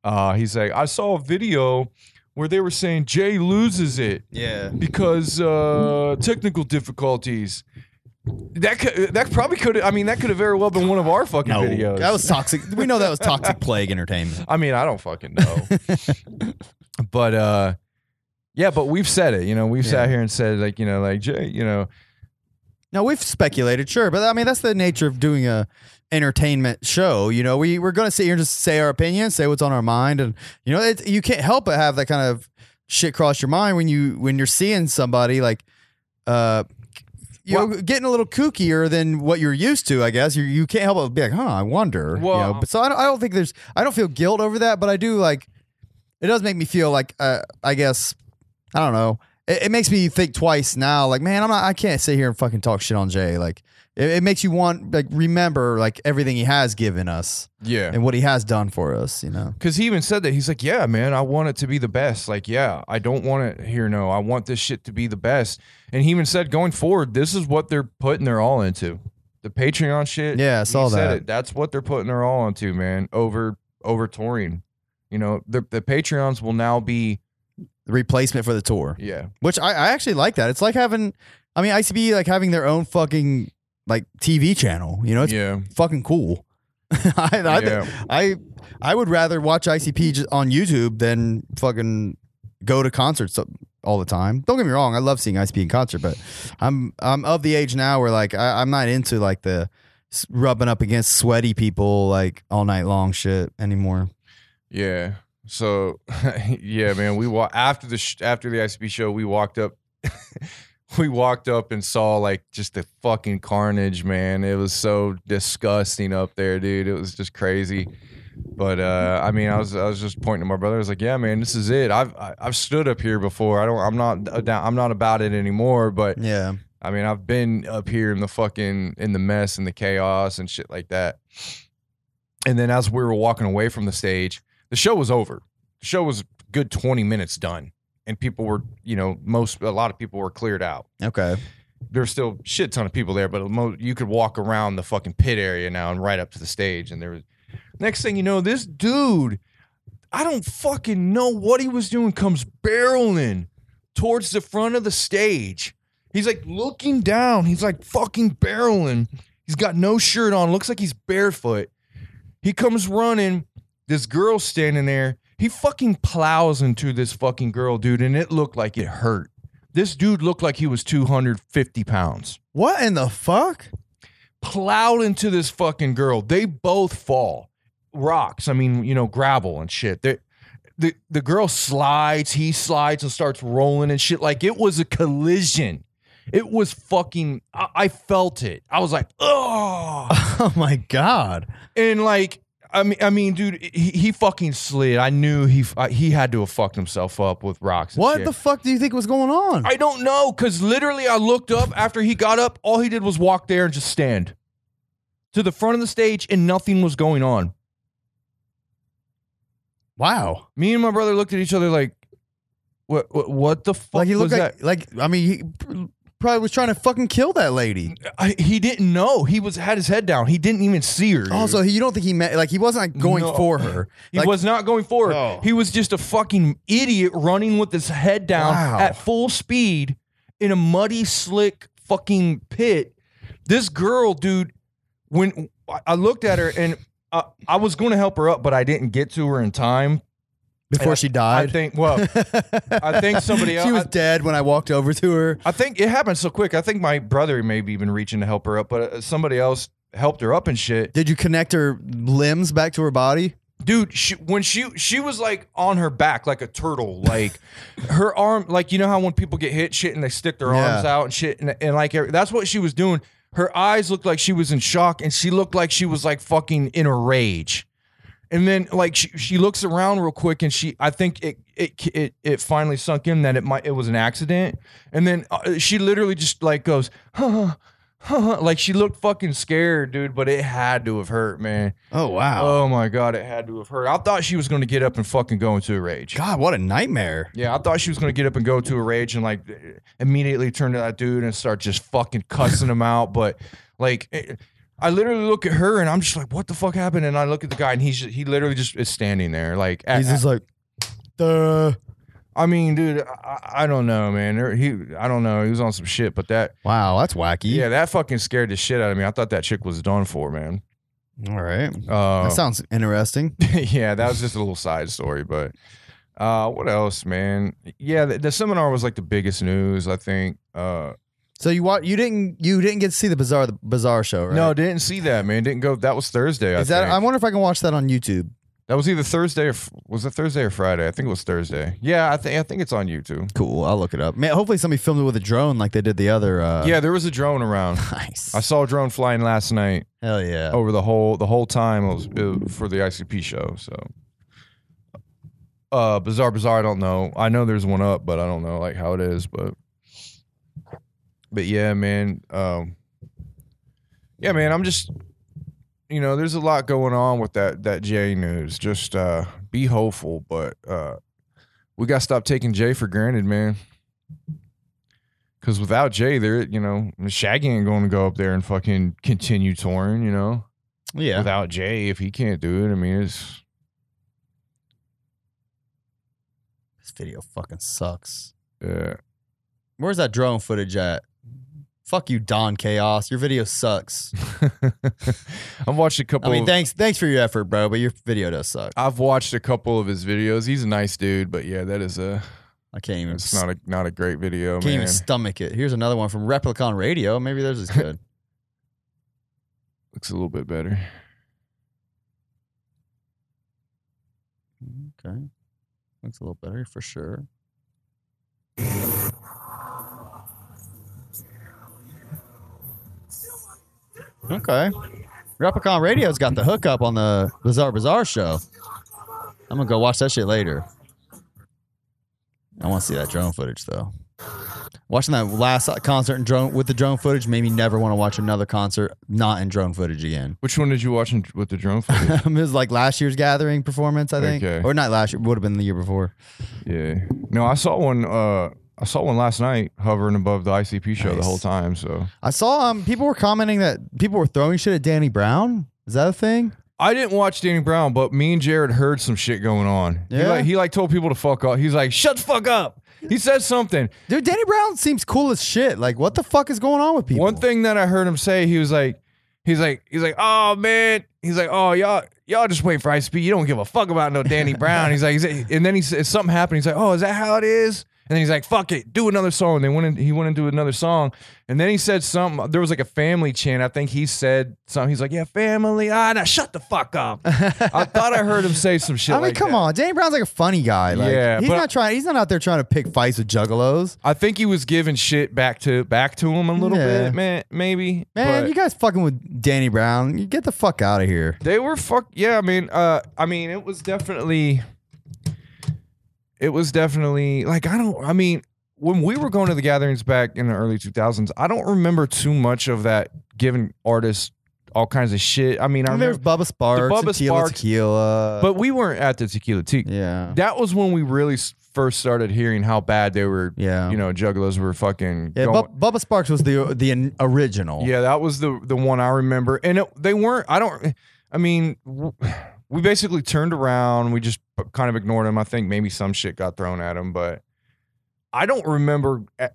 uh he's like I saw a video where they were saying Jay loses it yeah, because uh, technical difficulties. That could, that probably could. I mean, that could have very well been one of our fucking No. videos. that was toxic. we know that was toxic plague entertainment. I mean, I don't fucking know. but uh, yeah, but we've said it. You know, we've Yeah. sat here and said like, you know, like Jay, you know, No, we've speculated, sure, but I mean that's the nature of doing a entertainment show. You know, we we're going to sit here and just say our opinion, say what's on our mind, and you know, it, you can't help but have that kind of shit cross your mind when you when you're seeing somebody like, uh, you know, getting a little kookier than what you're used to. I guess you you can't help but be like, huh, I wonder. you know, Well- but so I don't, I don't think there's I don't feel guilt over that, but I do like it does make me feel like uh, I guess I don't know. It, it makes me think twice now. Like, man, I'm not. I can't sit here and fucking talk shit on Jay. Like, it, it makes you want like remember like everything he has given us yeah, and what he has done for us. You know. Because he even said that he's like, yeah, man, I want it to be the best. Like, yeah, I don't want it here. No, I want this shit to be the best. And he even said, going forward, this is what they're putting their all into. The Patreon shit. Yeah, I he saw said that. it. That's what they're putting their all into, man. Over over touring. You know, the the Patreons will now be The replacement for the tour, yeah. which I, I actually like that. It's like having, I mean, ICB like having their own fucking like TV channel. You know, it's yeah. fucking cool. I, I, Yeah. I I would rather watch ICP just on YouTube than fucking go to concerts all the time. Don't get me wrong, I love seeing ICP in concert, but I'm I'm of the age now where like I, I'm not into like the s- rubbing up against sweaty people like all night long shit anymore. Yeah. So yeah, man, we walk after the sh- after the ICP show, we walked up we walked up and saw like just the fucking carnage, man. It was so disgusting up there, dude. It was just crazy. But uh I mean, I was I was just pointing to my brother. I was like, "Yeah, man, this is it. I've I- I've stood up here before. I don't I'm not a down, I'm not about it anymore, but Yeah. I mean, I've been up here in the fucking in the mess and the chaos and shit like that. And then as we were walking away from the stage, the show was over. The show was a good 20 minutes done. And people were, you know, most a lot of people were cleared out. Okay. There's still shit ton of people there, but mo- you could walk around the fucking pit area now and right up to the stage. And there was next thing you know, this dude, I don't fucking know what he was doing, comes barreling towards the front of the stage. He's like looking down. He's like fucking barreling. He's got no shirt on. Looks like he's barefoot. He comes running. This girl's standing there. He fucking plows into this fucking girl, dude, and it looked like it hurt. This dude looked like he was 250 pounds. What in the fuck? Plowed into this fucking girl. They both fall. Rocks, I mean, you know, gravel and shit. They, the, the girl slides, he slides and starts rolling and shit. Like it was a collision. It was fucking, I, I felt it. I was like, oh. Oh my god. And like, I mean, I mean, dude, he, he fucking slid. I knew he f- I- he had to have fucked himself up with rocks. and What shit. the fuck do you think was going on? I don't know, cause literally, I looked up after he got up. All he did was walk there and just stand to the front of the stage, and nothing was going on. wow. Me and my brother looked at each other like, "What? What, what the fuck Like he looked was that?" like like I mean he pr- probably was trying to fucking kill that lady. I, he didn't know. He was had his head down. He didn't even see her. dude. Also, he, you don't think he meant like he wasn't like, going No. for her. he like- was not going forward. No. He was just a fucking idiot running with his head down Wow. at full speed in a muddy, slick fucking pit. This girl, dude, when I- I looked at her and I, I was going to help her up, but I didn't get to her in time. Before she I died. think, well, I think somebody else- She was I- dead when I walked over to her. I think it happened so quick. I think my brother maybe even reaching to help her up, but uh, somebody else helped her up and shit. Did you connect her limbs back to her body? dude she, when she she was like on her back like a turtle like her arm like you know how when people get hit shit and they stick their Yeah. arms out and shit and, and like that's what she was doing her eyes looked like she was in shock and she looked like she was like fucking in a rage and then like she, she looks around real quick and she i think it it it it finally sunk in that it might it was an accident and then uh, she literally just like goes huh, huh, huh. like she looked fucking scared dude but it had to have hurt man Oh wow. Oh my god, it had to have hurt. I thought she was going to get up and fucking go into a rage. God, what a nightmare. Yeah, I thought she was going to get up and go to a rage and like immediately turn to that dude and start just fucking cussing him out. But like, it- I literally look at her and I'm just like, what the fuck happened? And I look at the guy and he's he literally just is standing there. Like, He's I- just like Duh. I mean, dude, I, I don't know, man. There- He, I don't know. He was on some shit, but that, Wow, that's wacky. yeah, that fucking scared the shit out of me. I thought that chick was done for, man. All right. Oh. Uh, That sounds interesting. yeah, that was just a little side story, but uh, what else, man? Yeah, the, the seminar was like the biggest news, I think. Uh, So you wa- you didn't you didn't get to see the bizarre the bizarre show, right? No, didn't see that, man. Didn't go. That was Thursday. Is I that think. I wonder if I can watch that on YouTube. that was either Thursday or f- was it Thursday or Friday? I think it was Thursday. Yeah, I think I think it's on YouTube. Cool. I'll look it up. Man, hopefully somebody filmed it with a drone like they did the other uh yeah, there was a drone around. Nice. I Oh. saw a drone flying last night Hell yeah. over the whole the whole time it was, it, for the ICP show. So. Uh, bizarre, bizarre. I don't know. I know there's one up, but I don't know like how it is. But, but yeah, man. Um, yeah, man. I'm just, you know, there's a lot going on with that that Jay news. Just uh, be hopeful, but uh, we got to stop taking Jay for granted, man. Because without Jay, there, you know, Shaggy ain't going to go up there and fucking continue touring. You know, Yeah. without Jay, if he can't do it, I mean, it's This video fucking sucks. Yeah. Where's that drone footage at? Fuck you, Don Chaos. Your video sucks. I've watched a I couple. mean, of- thanks thanks for your effort, bro, but your video does suck. I've watched a couple of his videos. He's a nice dude, but yeah, that is a. I can't even It's not a not a great video, can't even man. stomach it. Here's another one from Replicon Radio. Maybe theirs is good. Looks a little bit better. okay. Looks a little better for sure. Okay. Replicon Radio's got the hookup on the Bizarre Bizarre show. I'm gonna go watch that shit later. I want to see that drone footage though. Watching that last concert in drone with the drone footage made me never want to watch another concert not in drone footage again. Which one did you watch in, with the drone footage? it was like last year's gathering performance, I think, Okay. or not last year, would have been the year before. yeah. No, I saw one. Uh, I saw one last night hovering above the ICP show the Nice. whole time. So I saw um people were commenting that people were throwing shit at Danny Brown. Is that a thing? I didn't watch Danny Brown, but me and Jared heard some shit going on. He Yeah? like, he like told people to fuck off. He's like, shut the fuck up. He said something. Dude, Danny Brown seems cool as shit. Like, what the fuck is going on with people? One thing that I heard him say, he was like, he's like, he's like, oh man, he's like, oh y'all, y'all just wait for Ice P. You don't give a fuck about no Danny Brown. He's like, is it- and then he says something happened. He's like, oh, is that how it is? And then he's like, fuck it, do another song. And they went in, he went into another song. And then he said something. There was like a family chant. I think he said something. He's like, yeah, family. Ah, now shut the fuck up. I thought I heard him say some shit. I mean, like come that. on, Danny Brown's like a funny guy. Like, Yeah, he's but- not trying. He's not out there trying to pick fights with juggalos. I think he was giving shit back to back to him a little Yeah. bit, man. Maybe, Man, but- you guys fucking with Danny Brown. You get the fuck out of here. They were fuck. Yeah, I mean, uh, I mean, it was definitely, it was definitely like I don't. I mean, when we were going to the gatherings back in the early two thousands, I don't remember too much of that giving artists all kinds of shit. I mean, I And there's remember, Bubba Sparks, Bubba and Tequila Sparks. Tequila. but we weren't at the Tequila Teak. yeah, That was when we really s- first started hearing how bad they were. yeah, You know, jugglers were fucking. yeah. going- Bub- Bubba Sparks was the the in- original. Yeah, that was the the one I remember, and it, they weren't. I don't. I mean, w- we basically turned around. We just p- kind of ignored him. I think maybe some shit got thrown at him, but I don't remember eh, at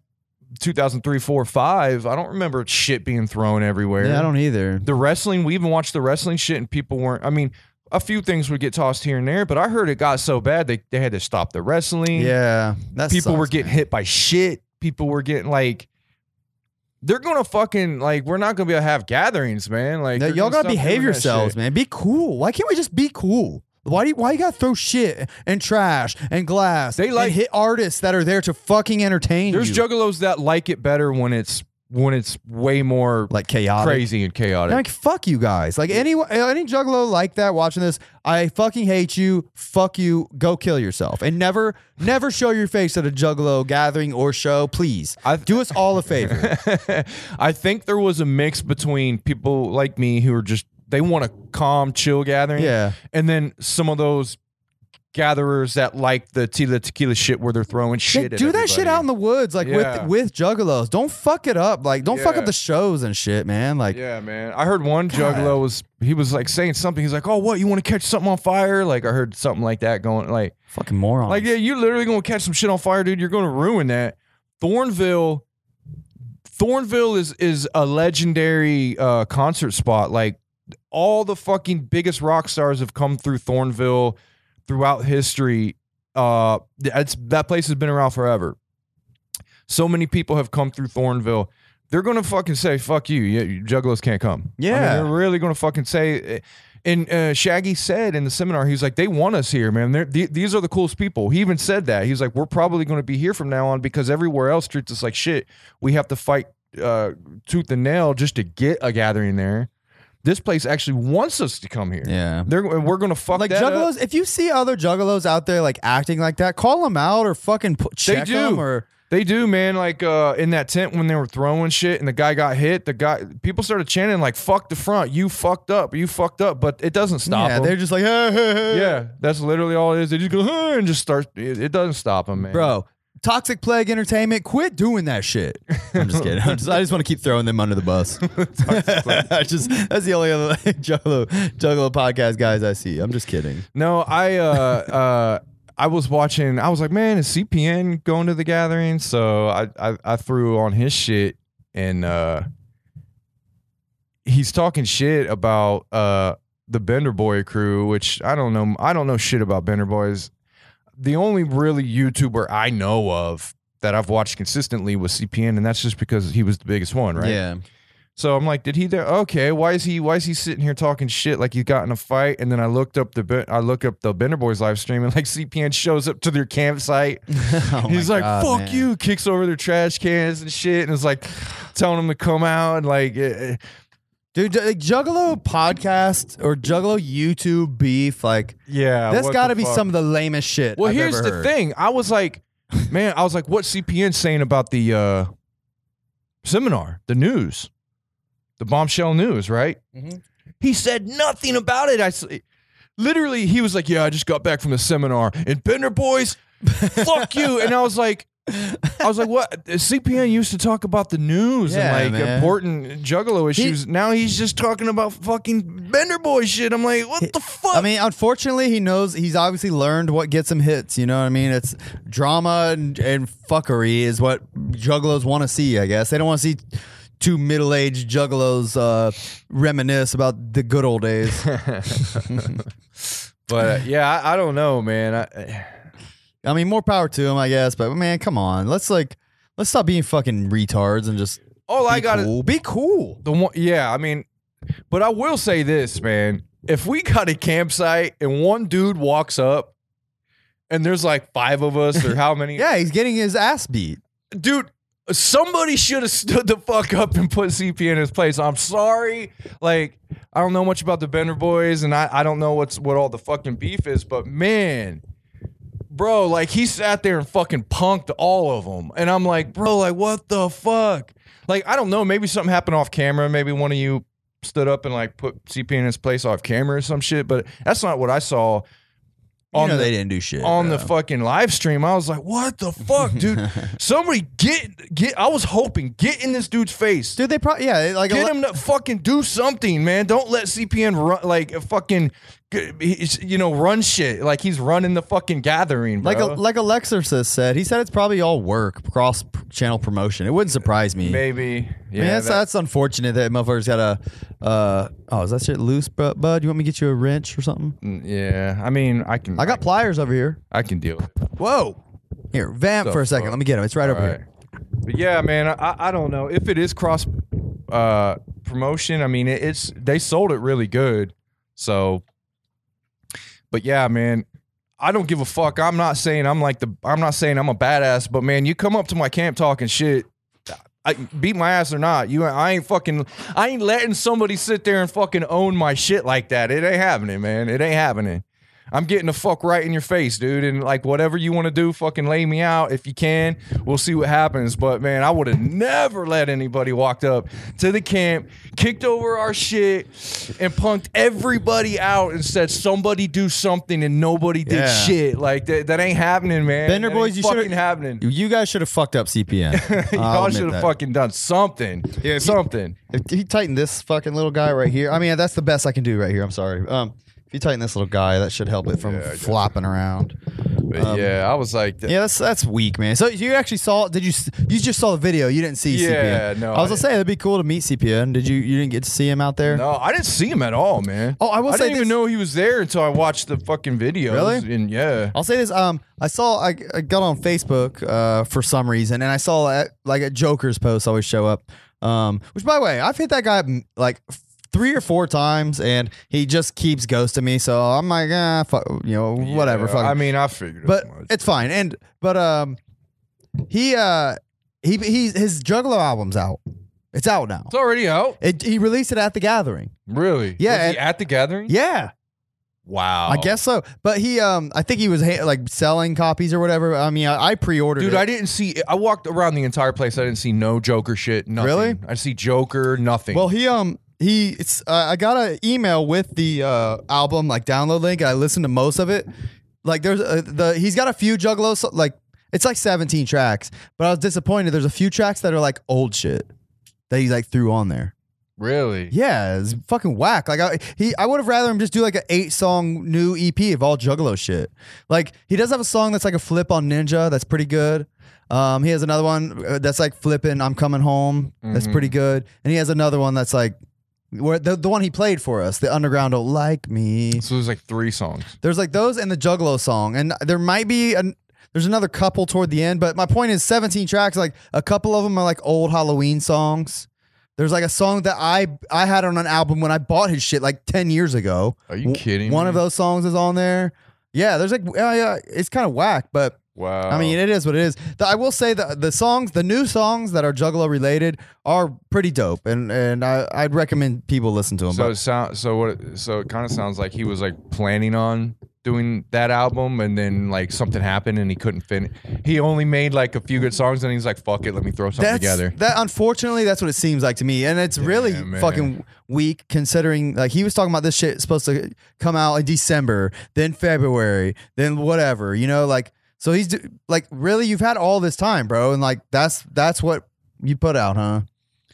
2003, four, five. I don't remember shit being thrown everywhere. yeah, I don't either. The wrestling. We even watched the wrestling shit, and people weren't. I mean. A few things would get tossed here and there, but I heard it got so bad they, they had to stop the wrestling Yeah, that's people were getting hit by shit. People were getting like they're gonna fucking like we're not gonna be able to have gatherings, man. Like No, they're y'all gotta stop behave doing that yourselves, shit. man. Be cool. Why can't we just be cool? Why do you, why you gotta throw shit and trash and glass? They like- and hit artists that are there to fucking entertain There's you. juggalos that like it better when it's when it's way more like chaotic. crazy and chaotic. And, like fuck you guys. Like any any juggalo like that watching this, I fucking hate you. Fuck you. Go kill yourself. And never never show your face at a juggalo gathering or show, please. I- Do us all a favor. I think there was a mix between people like me who are just they want a calm, chill gathering, Yeah. and then some of those gatherers that like the tequila tequila shit where they're throwing shit. Like, at do that shit everybody. out in the woods, like Yeah. with with juggalos. Don't fuck it up. Like don't fuck Yeah. up the shows and shit, man. Like Yeah, man. I heard one God. juggalo was he was like saying something. He's like, "Oh, what? You want to catch something on fire?" Like I heard something like that going like fucking moron. like yeah, you're literally going to catch some shit on fire, dude. You're going to ruin that. Thornville Thornville is is a legendary uh concert spot. Like all the fucking biggest rock stars have come through Thornville throughout history. Uh that's that place has been around forever. So many people have come through Thornville. They're gonna fucking say "fuck you." Yeah, you juggalos can't come. I mean, Yeah. they're really gonna fucking say. And uh, Shaggy said in the seminar, he's like, "They want us here, man. They're, th- these are the coolest people." He even said that. He's like, "We're probably gonna be here from now on because everywhere else treats us like shit. We have to fight uh, tooth and nail just to get a gathering there. This place actually wants us to come here. yeah. They're we're gonna fuck Like that up. juggalos, if you see other juggalos out there like acting like that, call them out or fucking put, They check do. them or They do, man. Like uh, in that tent when they were throwing shit and the guy got hit, the guy people started chanting like "fuck the front," you fucked up, you fucked up, but it doesn't stop yeah, 'em. they're just like hey, hey, hey. yeah, that's literally all it is. They just go "Huh," and just start. It, it doesn't stop them, man. bro. Toxic Plague Entertainment, quit doing that shit. I'm just kidding. I'm just, I just want to keep throwing them under the bus. I just that's the only other like, juggalo juggalo podcast guys I see. I'm just kidding. No, I uh, uh, I was watching. I was like, man, is CPN going to the gathering? So I I, I threw on his shit, and uh, he's talking shit about uh, the Bender Boy crew, which I don't know. I don't know shit about Bender Boys. The only really YouTuber I know of that I've watched consistently was CPN, and that's just because he was the biggest one, right? Yeah, So I'm like, did he there? Okay, why is he? Why is he sitting here talking shit like he got in a fight? And then I looked up the Ben- I look up the Bender Boys live stream and like CPN shows up to their campsite. Oh He's my like, God, fuck man. you, kicks over their trash cans and shit, and is like telling them to come out and like, eh, eh. dude. ju- Like, juggalo podcast or Juggalo YouTube beef, like yeah, that's what got to the be fuck? some of the lamest shit. Well, I've here's ever the heard. thing. I was like, man, I was like, what CPN saying about the uh, seminar, the news, the bombshell news, right? Mhm. He said nothing about it. I s- literally, he was like, yeah, I just got back from the seminar, and Bender Boys, fuck you, and I was like. I was like, "What?" CPN used to talk about the news Yeah, and like man. important Juggalo issues. now he's just talking about fucking Bender Boy shit. I'm like, "What the fuck?" I mean, unfortunately, he knows he's obviously learned what gets him hits. You know what I mean? It's drama and, and fuckery is what juggalos want to see. I guess they don't want to see two middle-aged juggalos uh, reminisce about the good old days. but uh, yeah, I, I don't know, man. I, I mean, more power to them, I guess. But man, come on, let's like let's stop being fucking retards and just all I be got is cool. be cool. the one. Yeah, I mean, but I will say this, man. If we got a campsite and one dude walks up, and there's like five of us or how many? Yeah, he's getting his ass beat. dude. Somebody should have stood the fuck up and put CP in his place. I'm sorry. Like, I don't know much about the Bender boys and I, I don't know what's what all the fucking beef is, but man, bro, like he sat there and fucking punked all of them. And I'm like, bro, like what the fuck? Like, I don't know. Maybe something happened off camera. Maybe one of you stood up and like put CP in his place off camera or some shit, but that's not what I saw You on know the they didn't do shit on the bro. fucking live stream. I was like, what the fuck, dude? Somebody get get I was hoping, get in this dude's face. Dude, they probably yeah, like a Get lo- him to fucking do something, man. Don't let CPN run like fucking, he's- you know, run shit. Like he's running the fucking gathering, bro. like a, like Alexorcist said. He said it's probably all work, cross p- channel promotion. It wouldn't surprise me. maybe. I mean, Yeah, that's, that- that's unfortunate that motherfucker's got a. Uh, oh, is that shit loose, bu- bud? You want me to get you a wrench or something? mm, yeah. I mean, I can. I got pliers over here. I can deal. with it. Whoa. Here, vamp The for a second. fuck? Let me get him. It's right All over right. here. But yeah, man. I, I don't know if it is cross uh, promotion. I mean, it, it's they sold it really good. So, but yeah, man. I don't give a fuck. I'm not saying I'm like the. I'm not saying I'm a badass. But man, you come up to my camp talking shit. I beat my ass or not. You, I ain't fucking. I ain't letting somebody sit there and fucking own my shit like that. It ain't happening, man. It ain't happening. I'm getting the fuck right in your face, dude. And like whatever you want to do, fucking lay me out if you can. We'll see what happens. But man, I would have never let anybody walked up to the camp, kicked over our shit, and punked everybody out and said somebody do something and nobody did Yeah. shit. Like that, that ain't happening, man. Bender That boys, ain't you shoulda- fucking happening. You- You guys should have fucked up CPN. I'll Y'all admit should have that. fucking done something. Yeah, if you- something. If you tighten this fucking little guy right here, I mean that's the best I can do right here. I'm sorry. Um, if you tighten this little guy, that should help it from Yeah, I guess. flopping around. But yeah, I was like, Um, Yeah, that's that's weak, man. So you actually saw? Did you? s- You just saw the video. You didn't see Yeah, CPN. no, I was I gonna say it'd be cool to meet CPN. Did you? You didn't get to see him out there. no, I didn't see him at all, man. Oh, I will I say didn't this- even know he was there until I watched the fucking videos. Really? And yeah, I'll say this. Um, I saw. I, I got on Facebook uh, for some reason, and I saw uh, like a Joker's post always show up. Um, which by the way, I've hit that guy mm, like f- three or four times, and he just keeps ghosting me. So I'm like, ah, fuck, you know, whatever. Yeah, fuck. I mean, I figured. but as much. it's fine. And but um, he uh, he he's his Juggler album's out. It's out now. it's already out. It, he released it at the Gathering. Really? Yeah, Was he and- at the gathering. Yeah, Wow. I guess so. But he um, I think he was ha- like selling copies or whatever. I mean, I, I pre-ordered. Dude, it. I didn't see. I walked around the entire place. I didn't see no Joker shit. Nothing. Really? I see Joker. Nothing. Well, he um he it's uh, I got an email with the uh, album like download link. And I listened to most of it. Like there's uh the he's got a few Juggalos so- like it's like 17 tracks, but I was disappointed. There's a few tracks that are like old shit that he like threw on there. really? Yeah, it's fucking whack. Like I he I would have rather him just do like an eight song new EP of all Juggalo shit. Like he does have a song that's like a flip on Ninja that's pretty good. Um, he has another one uh, that's like flipping I'm coming home that's Mhm. pretty good, and he has another one that's like where the the one he played for us the underground don't like me. So there's like three songs. There's like those and the Juggalo song, and there might be an. There's another couple toward the end, but my point is 17 tracks. Like a couple of them are like old Halloween songs. There's like a song that I I had on an album when I bought his shit like 10 years ago. Are you W- kidding? One me? of those songs is on there. Yeah, there's like yeah, yeah it's kind of whack, but Wow. I mean it is what it is. The, I will say the the songs, the new songs that are Juggalo related are pretty dope, and and I I'd recommend people listen to them. So it sound so what it- so it kind of sounds like he was like planning on doing that album and then like something happened and he couldn't finish. He only made like a few good songs and he's like fuck it, let me throw something together. That unfortunately, that's what it seems like to me, and it's really man. fucking weak considering. Like he was talking about this shit supposed to come out in December, then February, then whatever. You know, like so he's do- like really, you've had all this time, bro, and like that's that's what you put out, huh?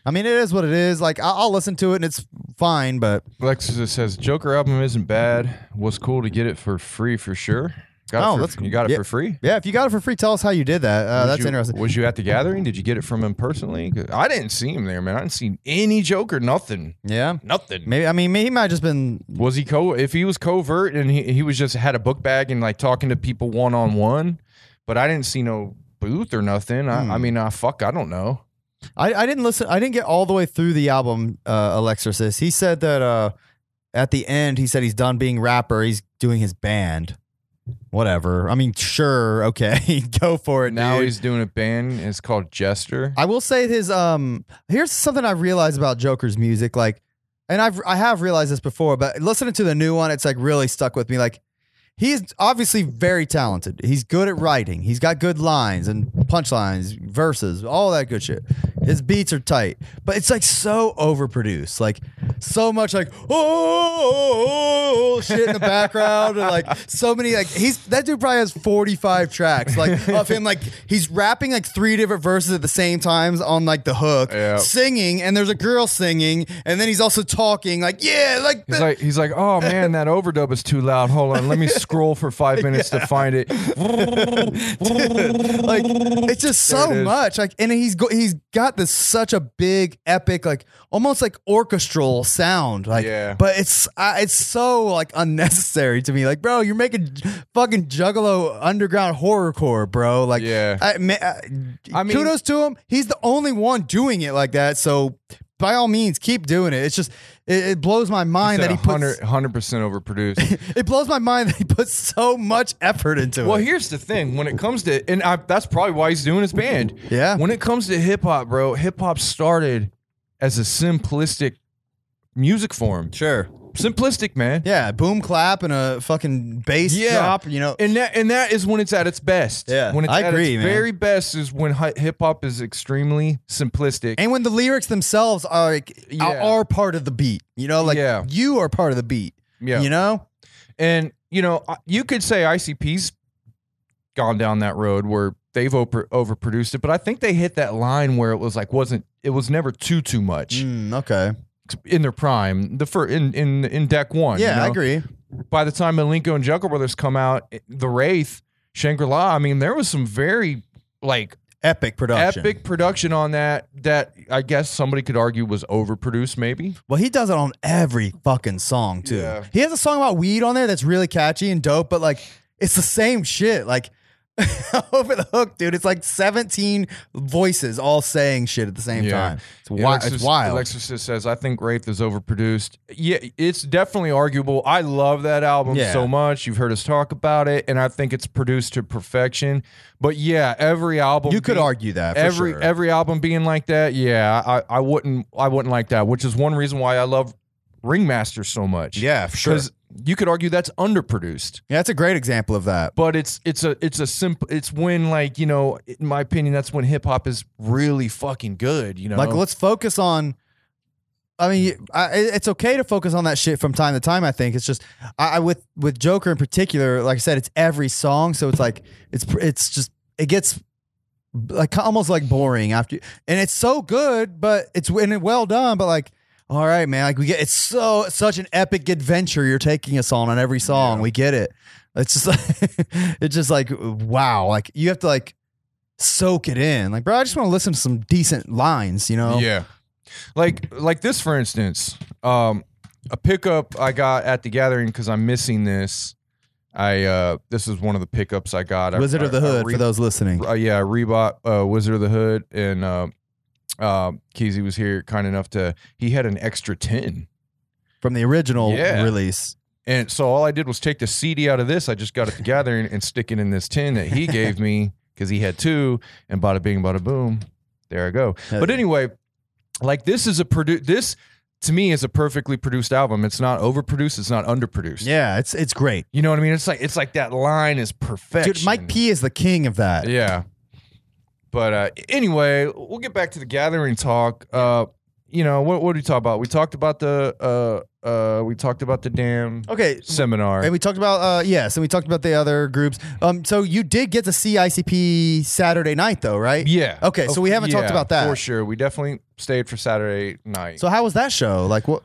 I mean, it is what it is. Like I'll, I'll listen to it and it's fine, but Lexus says Joker album isn't bad. Was cool to get it for free for sure. Got Oh, it for, that's- you got it yeah. for free. Yeah, if you got it for free, tell us how you did that. Uh, Was that's you- interesting. Was you at the gathering? Did you get it from him personally? 'Cause I didn't see him there, man. I didn't see any Joker. Nothing. Yeah, Nothing. maybe. I mean, he might have just been. Was he co? If he was covert and he, he was just had a book bag and like talking to people one on one, but I didn't see no booth or nothing. I, I Hmm. mean, I fuck, I don't know. I, I didn't listen. I didn't get all the way through the album. Uh, Alexis. He said that uh, at the end. He said he's done being rapper. He's doing his band. Whatever. I mean, sure. Okay, go for it. But now dude. he's doing a band. and It's called Jester. I will say his um here's something I've realized about Joker's music like and I've I have realized this before but listening to the new one it's like really stuck with me like he's obviously very talented. He's good at writing. He's got good lines and punchlines, verses, all that good shit. His beats are tight, but it's like so overproduced. Like so much like oh, oh, oh, oh, shit in the background and like so many like he's that dude probably has 45 tracks like of him like he's rapping like three different verses at the same times on like the hook Yeah. singing and there's a girl singing and then he's also talking like yeah like, He's the- like, he's like, oh man, that overdub is too loud. Hold on, let me scroll for five minutes to find it. like it's just There so it is. much like and he's go- he's got this such a big epic like almost like orchestral sound like Yeah. but it's uh, it's so like unnecessary to me like bro you're making j- fucking juggalo underground horrorcore bro like Yeah. I, ma- I, I mean- kudos to him he's the only one doing it like that so by all means keep doing it it's just it, it blows my mind that he puts 100 percent overproduced. it blows my mind that he puts so much effort into Well, it here's the thing: when it comes to, and I, that's probably why he's doing his band. Yeah. When it comes to hip hop, bro, hip hop started as a simplistic music form. sure Simplistic, man. Yeah, boom clap and a fucking bass Yeah. drop. You know, And that and that is when it's at its best. Yeah, When it's I at agree, its man. very best is when hip hop is extremely simplistic. and when the lyrics themselves are like, Yeah. are- are part of the beat. You know, like Yeah. you are part of the beat. yeah. You know, And you know, I- you could say ICP's gone down that road where they've over, overproduced it, but I think they hit that line where it was like wasn't it was never too too much Mm, okay, in their prime. The fir- in in in deck one. you yeah, I know? agree. By the time Malenko and Jungle Brothers come out, it- the Wraith, Shangri La. I mean, there was some very like Epic production. epic production on that that I guess somebody could argue was overproduced. Maybe Well, he does it on every fucking song too. Yeah. He has a song about weed on there that's really catchy and dope, but like it's the same shit. Like over the hook, dude. It's like seventeen voices all saying shit at the same Yeah. time. It's, wi- it's Alexis- wild. Alexis says, "I think Wraith is overproduced." Yeah, it's definitely arguable. I love that album Yeah. so much. You've heard us talk about it, and I think it's produced to perfection. But yeah, every album you could being- argue that for every sure. every album being like that. Yeah, I, I wouldn't I wouldn't like that, which is one reason why I love Ringmaster so much. yeah, for sure. because you could argue that's underproduced Yeah, that's a great example of that. but it's it's a it's a simple it's when like you know in my opinion that's when hip hop is really fucking good you know Like, let's focus on. I mean, I, it's okay to focus on that shit from time to time. I think it's just I, I with with Joker in particular. Like I said, it's every song, so it's like it's pr- it's just it gets like almost like boring after, and it's so good, but it's and it well done, but like. All right, man. Like we get, it's so such an epic adventure you're taking us on on every song. We get it. It's just like, it's just like wow. Like you have to like soak it in. Like, bro, I just want to listen to some decent lines, you know? yeah like like this for instance um a pickup i got at the gathering because i'm missing this i uh this is one of the pickups i got I- Wizard of I- the I Hood re- for those listening. uh, yeah, I rebought uh, Wizard of the Hood, and uh, uh, Keezy was here kind enough to. He had an extra ten, From the original Yeah. release. and so all I did was take the CD out of this. I just got at the gathering and stick it in this tin that he gave me because he had two, and bada bing, bada boom, there I go. Hell but yeah. anyway, like this is a produ- this to me is a perfectly produced album. It's not overproduced. It's not underproduced. Yeah, it's it's great. You know what I mean? It's like it's like that line is perfection. Dude, Mike P is the king of that. Yeah. But uh, anyway, we'll get back to the gathering talk. Uh, you know what? What did we talk about? We talked about the uh, uh, we talked about the damn Okay. seminar. And we talked about uh yes, and we talked about the other groups. Um so you did get to see ICP Saturday night though, right? Yeah. Okay, so we haven't talked yeah, about that. For sure. We definitely stayed for Saturday night. So how was that show? Like what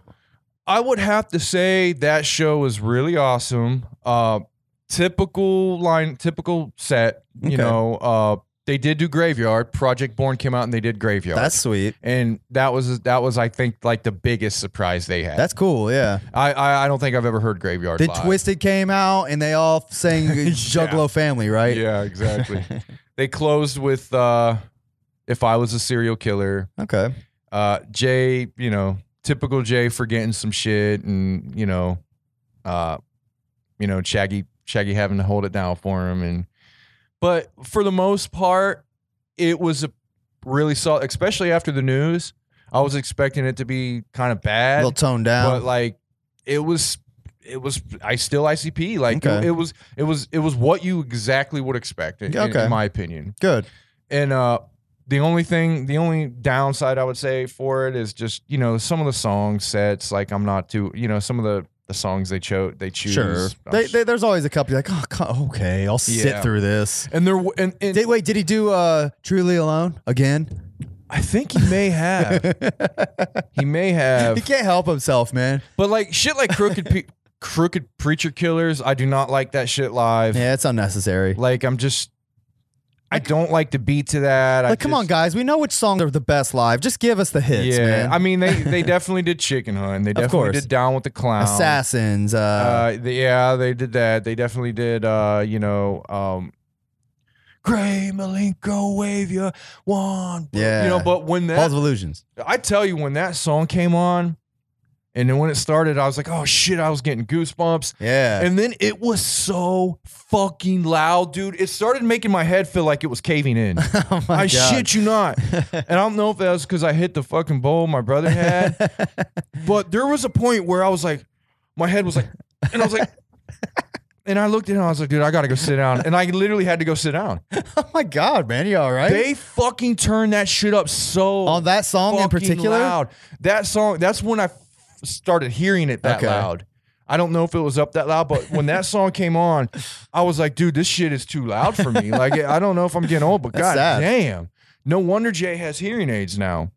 I would have to say that show was really awesome. Uh, typical line, typical set. You Okay. know, uh, they did do Graveyard. Project Born came out and they did Graveyard, That's sweet. and that was that was I think like the biggest surprise they had. That's cool. Yeah. I I, I don't think I've ever heard Graveyard. Then live. Twisted came out and they all sang Juggalo Family, right? Yeah, exactly. they closed with uh, "If I Was a Serial Killer." Okay. uh Jay, you know, typical Jay forgetting some shit and, you know, uh you know, Shaggy Shaggy having to hold it down for him and but for the most part, it was a really solid especially after the news. I was expecting it to be kind of A bad. little toned down. But like it was it was I still ICP. Like Okay. it, was it was it was what you exactly would expect in, in- Okay. in my opinion. Good. And uh the only thing, the only downside I would say for it is just, you know, some of the song sets, like I'm not too, you know, some of the the songs they chose, they choose. Sure. I'm They, sh- they, there's always a couple you're like, oh, co- okay, I'll sit Yeah. through this. and there, and, and Did, wait, did he do uh, Truly Alone again? I think he may have, he may He have, can't help himself, man. but like shit, like crooked, pe- crooked preacher killers. I do not like that shit live. Yeah, it's unnecessary. Like I'm just, I don't like the beat to that. I Like, come on, just- guys. We know which songs are the best live. Just give us the hits, Yeah, man. I mean they they definitely did Chicken Hunt. They definitely course. did Down with the Clown. Assassins. Uh, Uh, the, yeah, they did that. They definitely did. Uh, you know, um, Gray Malenko wave your wand. yeah. You know, but when that, Balls of Illusions. I tell you, when that song came on, and then when it started, I was like, oh shit, I was getting goosebumps. Yeah. And then it was so fucking loud, dude. It started making my head feel like it was caving in. oh my I God. shit you not. And I don't know if that was because I hit the fucking bowl my brother had, but there was a point where I was like, my head was like, and I was like, and I looked at him, I was like, dude, I gotta go sit down. And I literally had to go sit down. oh my God, man. You all right? They fucking turned that shit up so On that song in fucking particular? loud. That song, that's when I f- started hearing it that Okay. loud. I don't know if it was up that loud, but when that song came on, I was like, dude, this shit is too loud for me. Like, I don't know if I'm getting old, but That's god sad. damn. No wonder Jay has hearing aids now.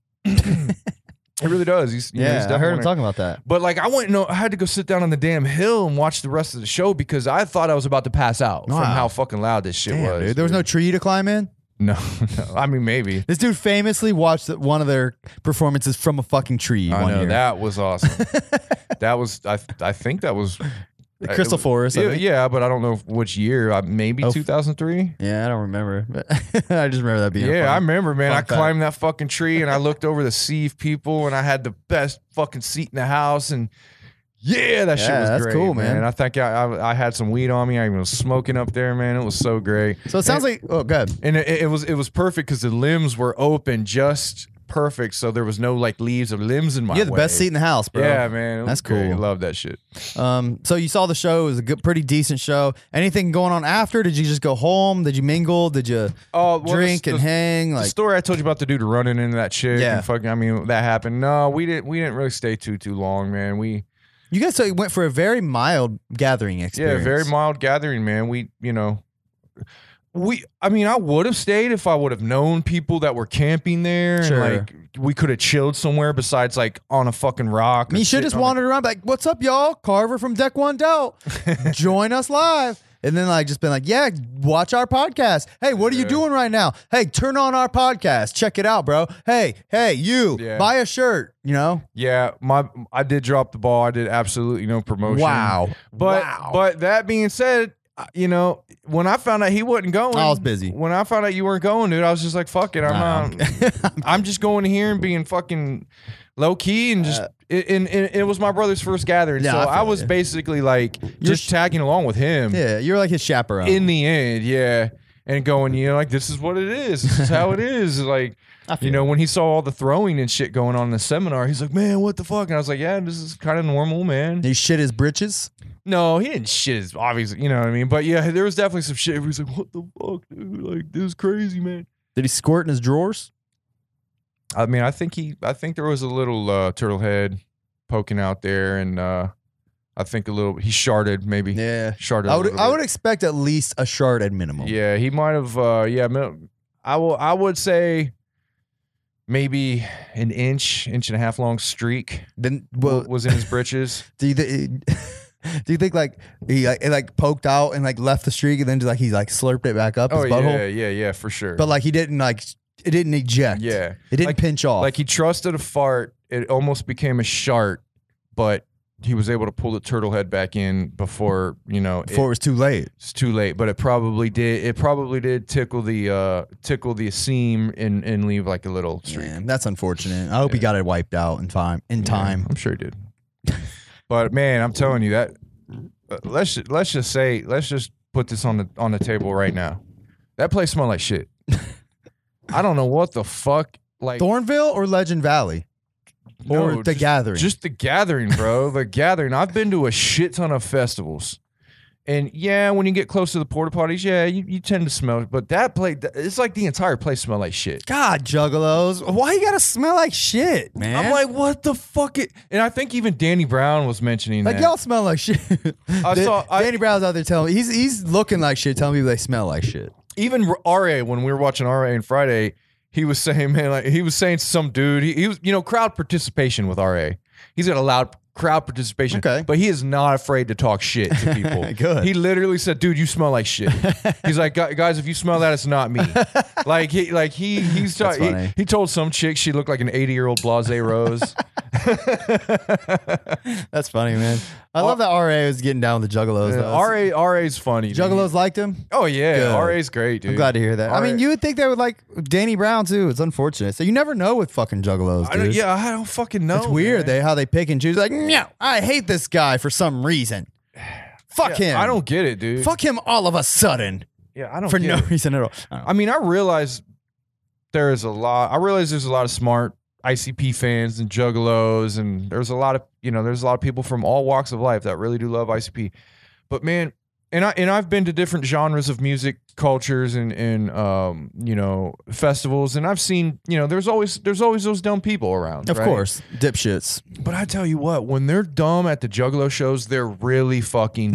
it really does. He's, you know, he's Yeah, I heard him definitely- talking about that. But like, I went, no, I had to go sit down on the damn hill and watch the rest of the show because I thought I was about to pass out Wow. from how fucking loud this shit Damn, was. dude. There was no tree to climb in. no, no. I mean, maybe. This dude famously watched one of their performances from a fucking tree. I one know year. that was awesome. that was I. I think that was uh, The Crystal it was- Forest. I Yeah, think. yeah, but I don't know which year. Uh, Maybe Oh, f- 2003. Yeah, I don't remember, but I just remember that being. Yeah, a I fun- remember, man. fun I fact. climbed that fucking tree and I looked over the sea of people, and I had the best fucking seat in the house. And yeah, that shit Yeah, was that's great, cool, man. I think I, I I had some weed on me. I was smoking up there, man. It was so great. So it sounds like oh, good. And it, it was it was perfect because the limbs were open, just perfect. So there was no like leaves or limbs in my. You're the best way. seat in the house, bro. Yeah, man. it was That's great. cool. Love that shit. Um. So you saw the show. It was a good, pretty decent show. Anything going on after? Did you just go home? Did you mingle? Did you Oh, well, drink the, and the, hang? the Like story I told you about the dude running into that chick Yeah. and fucking. I mean, that happened. No, we didn't. We didn't really stay too too long, man. We you guys so you went for a very mild gathering experience. yeah, very mild gathering, man. We you know, we. I mean, I would have stayed if I would have known people that were camping there Sure. and like we could have chilled somewhere besides like on a fucking rock. or You should sitting just on a- wandered around like, "What's up, y'all? Carver from Deck One Delt, join us live." And then like just been like, "Yeah, watch our podcast. Hey, what are you Yeah. doing right now? Hey, turn on our podcast. Check it out, bro. Hey, hey, you Yeah. buy a shirt. You know? Yeah, my I did drop the ball. I did absolutely no promotion. Wow. But Wow. but that being said, uh, you know, when I found out he wasn't going, I was busy. When I found out you weren't going, dude, I was just like, fuck it, I'm Nah, not. I'm just going here and being fucking low key and just. it- and, and it was my brother's first gathering, Uh, Yeah, so I feel I, was you. basically like just sh- tagging along with him. yeah, you're like his chaperone. In the end, yeah, and going, you know, like this is what it is. This is how it is. Like I feel you know, when he saw all the throwing and shit going on in the seminar, he's like, "Man, what the fuck?" And I was like, "Yeah, this is kind of normal, man." He shit his britches. No, he didn't shit his obviously, you know what I mean. But yeah, there was definitely some shit. Where he's like, "What the fuck, dude? Like this is crazy, man." Did he squirt in his drawers? I mean, I think he, I think there was a little uh, turtle head poking out there, and uh, I think a little he sharded maybe. Yeah. Sharded. I a would little I bit. would expect at least a shard at minimum. Yeah, he might have. Uh, yeah, mi- I will. I would say maybe an inch, inch and a half long streak Then wa- well, was in his britches. do you, Do you think like he like, it, like poked out and like left the streak and then just like he like slurped it back up Oh his butthole? yeah, yeah, yeah, for sure. But like he didn't like it didn't eject. yeah, It didn't Like- pinch off. like he trusted a fart. It almost became a shart, but he was able to pull the turtle head back in before you know it- before it was too late. it's too late. But it probably did. It probably did tickle the uh tickle the seam and and leave like a little streak. Man, that's unfortunate. I hope he Yeah. got it wiped out in time. In Yeah, time. I'm sure he did. but man, I'm telling you that. uh, Let's ju- let's just say let's just put this on the on the table right now. That place smelled like shit. I don't know what the fuck. Like Thornville or Legend Valley no, or The just- Gathering. Just the gathering, bro. the gathering. I've been to a shit ton of festivals. And yeah, when you get close to the porta potties, yeah, you, you tend to smell it. But that place, it's like the entire place smelled like shit. God, juggalos. Why you gotta smell like shit, man? I'm like, what the fuck? It, and I think even Danny Brown was mentioning Like that. y'all smell like shit. I Dan- saw- I- Danny Brown's out there telling he's he's looking like shit, telling people they smell like shit. even RA when we were watching RA and Friday, he was saying, man, like he was saying to some dude, he, he was, you know, crowd participation with RA. He's got a loud crowd participation, Okay. but he is not afraid to talk shit to people. Good. He literally said, "Dude, you smell like shit." he's like, "Gu- "Guys, if you smell that, it's not me." like he, like he, he's ta- That's he, funny. he told some chick she looked like an eighty-year-old Blase Rose. That's funny, man. I love that RA was getting down with the juggalos. though. RA, RA's funny. dude. juggalos liked him. Oh yeah, Good. RA's great, dude. I'm glad to hear that. I mean, RA you would think they would like Danny Brown too. It's unfortunate. So you never know with fucking juggalos, I don't, dude. yeah, I don't fucking know. it's weird man. they how they pick and choose. Like, no, I hate this guy for some reason. Fuck Yeah, him. I don't get it, dude. Fuck him all of a sudden Yeah, I don't for get no it. reason at all. Uh, I don't know. I mean, I realize there is a lot. I realize there's a lot of smart ICP fans and juggalos, and there's a lot of you know, there's a lot of people from all walks of life that really do love ICP. But man, and I and I've been to different genres of music, cultures, and and um, you know, festivals, and I've seen you know, there's always there's always those dumb people around. Of right? course, dipshits. But I tell you what, when they're dumb at the Juggalo shows, they're really fucking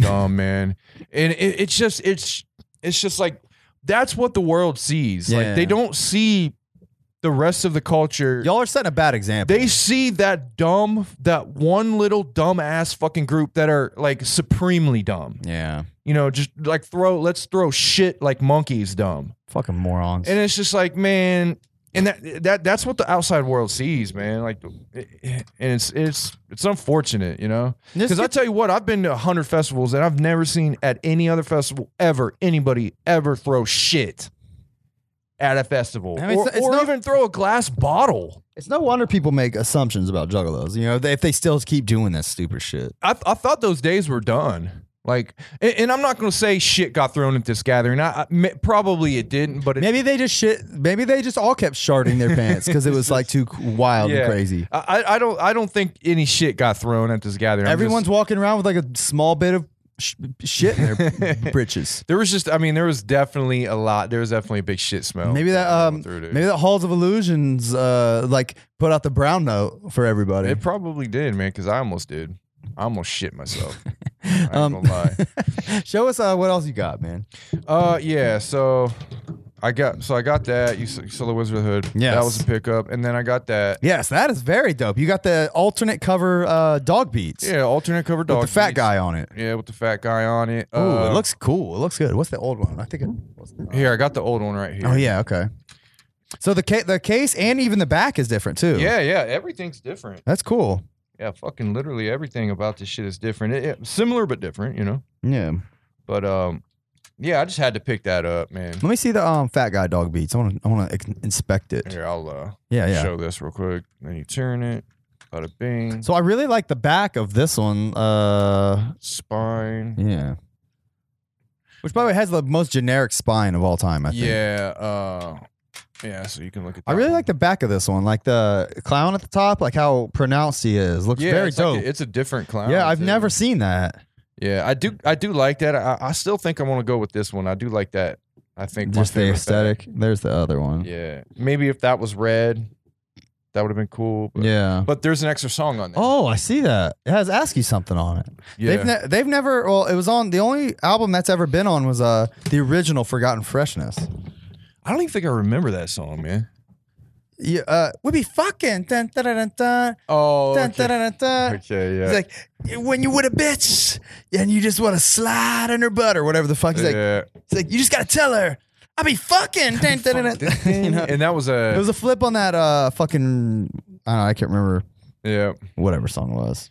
dumb, man. And it, it's just it's it's just like that's what the world sees. Yeah. Like they don't see the rest of the culture. Y'all are setting a bad example. They see that dumb, that one little dumb ass fucking group that are like supremely dumb. yeah, You know, just like throw let's throw shit like monkeys dumb. fucking morons. And it's just like, man, and that that that's what the outside world sees, man. Like, eh, and it's it's it's unfortunate, you know. This Because I gets- tell you what, I've been to hundred festivals and I've never seen at any other festival ever anybody ever throw shit at a festival, I mean, or, it's- it's or not- even throw a glass bottle. It's no wonder people make assumptions about juggalos. You know, they, if they still keep doing this stupid shit. I, I thought those days were done. Like, and, and I'm not going to say shit got thrown at this gathering. I, I me- probably it didn't, but it, Maybe they just shit. Maybe they just all kept sharding their pants because it was like too c- wild Yeah. and crazy. I, I- I don't. I don't think any shit got thrown at this gathering. I'm just- Everyone's walking around with like a small bit of sh- shit in their britches. There was just, I mean, there was definitely a lot. There was definitely a big shit smell. Maybe that going um, through, dude. maybe that Halls of Illusions uh like put out the brown note for everybody. it probably did, man, because I almost did. I almost shit myself. I ain't Um, gonna lie. Show us uh, what else you got, man. Uh, yeah. So I got, so I got that. You saw, you saw the Wizard of the Hood. Yes. that was a pickup, and then I got that. Yes, that is very dope. You got the alternate cover uh dog beats Yeah, alternate cover with dog. the fat beats. guy on it. Yeah, with the fat guy on it. Ooh, Uh, it looks cool. It looks good. What's the old one? I think it was. here. I got the old one right here. Oh yeah, okay. So the ca- the case and even the back is different too. Yeah, yeah. Everything's different. that's cool. Yeah, fucking literally everything about this shit is different. It- it- similar but different, you know. Yeah, But um, yeah, I just had to pick that up, man. let me see the um fat guy dog beats. I want to I want to inspect it. Here, I'll uh, Yeah, yeah. show this real quick. Then you turn it. Bada bing. So I really like the back of this one. Uh, spine. yeah. Which by the way has the most generic spine of all time. I think. Yeah. Uh, yeah. So you can look at. That I really one. like the back of this one, like the clown at the top, like how pronounced he is. Looks Yeah, very it's, like a- dope. it's a different clown. yeah, I've too. never seen that. Yeah, I do. I do like that. I, I still think I want to go with this one. I do like that. I think my Just the favorite's that. aesthetic. There's the other one. Yeah. Maybe if that was red, that would have been cool. But, yeah. But there's an extra song on there. Oh, I see that. It has ASCII something on it. yeah. They've ne- they've never. Well, it was on the only album that's ever been on was uh the original Forgotten Freshness. I don't even think I remember that song, man. yeah, uh, we be fucking. Dun, dun, dun, dun, dun, Oh, dun, dun, okay. dun, dun, dun. Okay, yeah. He's like, when you with a bitch and you just want to slide in her butt or whatever the fuck. He's like, yeah. he's like you just got to tell her, I be fucking. Dun, dun, dun, dun. You know? and that was a, It was a flip on that uh, fucking, I don't know, I can't remember yeah. whatever song it was.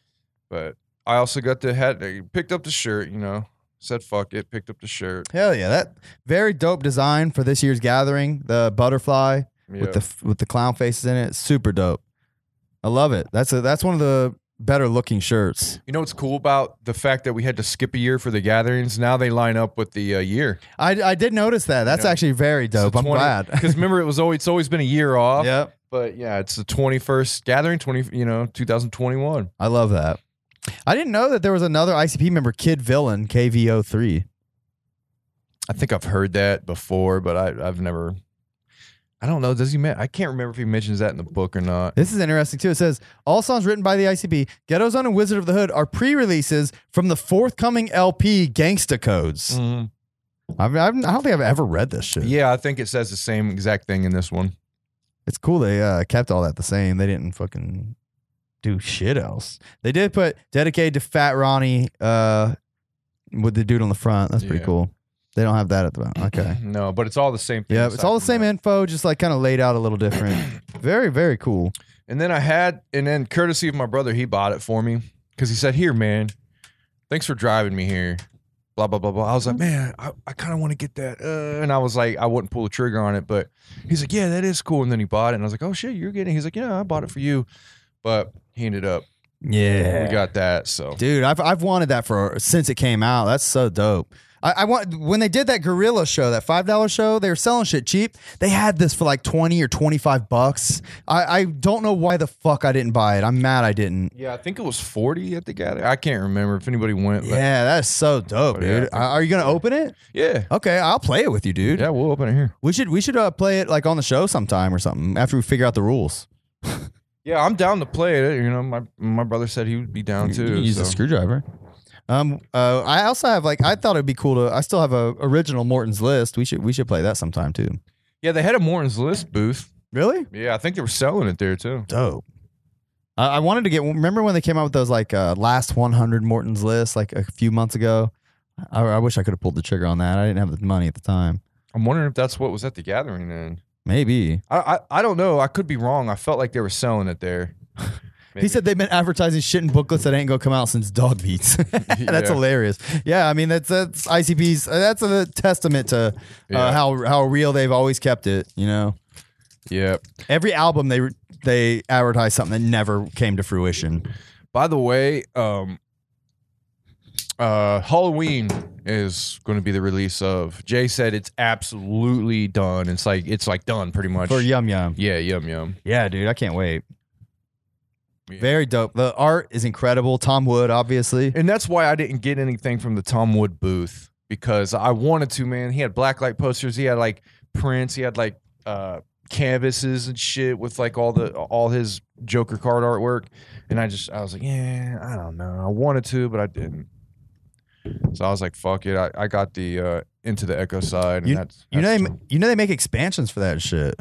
But I also got the hat. I picked up the shirt. You know, said fuck it. Picked up the shirt. Hell yeah, that very dope design for this year's gathering. The butterfly Yeah. with the f- with the clown faces in it, super dope. I love it. That's a that's one of the better looking shirts. you know what's cool about the fact that we had to skip a year for the gatherings? Now they line up with the uh, year. I, I did notice that. That's Yeah. actually very dope. I'm glad. Because remember, it was always it's always been a year off. yep, But yeah, it's the twenty first gathering. Twenty, you know, two thousand twenty one. I love that. I didn't know that there was another ICP member, Kid Villain KVO3. I think I've heard that before, but I, I've never. I don't know. Does he? Men- I can't remember if he mentions that in the book or not. This is interesting too. It says all songs written by the ICP, Ghetto Zone and Wizard of the Hood are pre-releases from the forthcoming LP Gangsta Codes. Mhm. I've, I've, I don't think I've ever read this shit. Yeah, I think it says the same exact thing in this one. It's cool they uh, kept all that the same. They didn't fucking do shit else. They did put dedicated to Fat Ronnie uh, with the dude on the front. That's pretty Yeah. cool. They don't have that at the moment. Okay. No, but it's all the same. thing yeah, it's aside all the from same that. info, just like kind of laid out a little different. very, very cool. And then I had, and then courtesy of my brother, he bought it for me because he said, "Here, man, thanks for driving me here." Blah blah blah blah. I was like, "Man, I, I kind of want to get that," uh, and I was like, "I wouldn't pull the trigger on it," but he's like, "Yeah, that is cool." And then he bought it, and I was like, "Oh shit, you're getting?" it?" He's like, "Yeah, I bought it for you," but he ended up we got that. So Dude, I've, I've wanted that for since it came out. That's so dope. I, I want when they did that gorilla show, that five dollar show, they were selling shit cheap. They had this for like twenty or twenty five bucks. I, I don't know why the fuck I didn't buy it. I'm mad I didn't. yeah, I think it was forty at the gathering. I can't remember if anybody went. But Yeah, that's so dope, But yeah, dude. I Are you gonna open it? yeah, Okay, I'll play it with you, dude. yeah, we'll open it here. We should we should uh, play it like on the show sometime or something after we figure out the rules. Yeah, I'm down to play it. You know, my my brother said he would be down You too. can use so. a screwdriver. Um, uh, I also have like I thought it'd be cool to. I still have a original Morton's list. We should we should play that sometime too. yeah, they had a Morton's List booth. Really Yeah, I think they were selling it there too. dope. I, I wanted to get. Remember when they came out with those like uh, last 100 Morton's list like a few months ago? I, I wish I could have pulled the trigger on that. I didn't have the money at the time. I'm wondering if that's what was at the gathering then. Maybe I I, I don't know. I could be wrong. I felt like they were selling it there. Maybe. He said they've been advertising shit in booklets that ain't gonna come out since dog beats. that's Yeah. hilarious. Yeah, I mean that's that's ICP's. That's a testament to uh, Yeah. how how real they've always kept it. You know, "Yeah." every album they they advertise something that never came to fruition. By the way, um, uh, Halloween is going to be the release of. Jay said it's absolutely done. It's like it's like done pretty much. For Yum Yum, yeah, yum yum. yeah, dude, I can't wait. Yeah. Very dope. The art is incredible. Tom Wood, obviously. And that's why I didn't get anything from the Tom Wood booth because I wanted to, man. He had blacklight posters, he had like prints, he had like uh canvases and shit with like all the all his Joker card artwork. And I just I was like, yeah, I don't know. I wanted to, but I didn't. So I was like, fuck it. I, I got the uh into the echo side and that's, You know, that's they, you know they make expansions for that shit.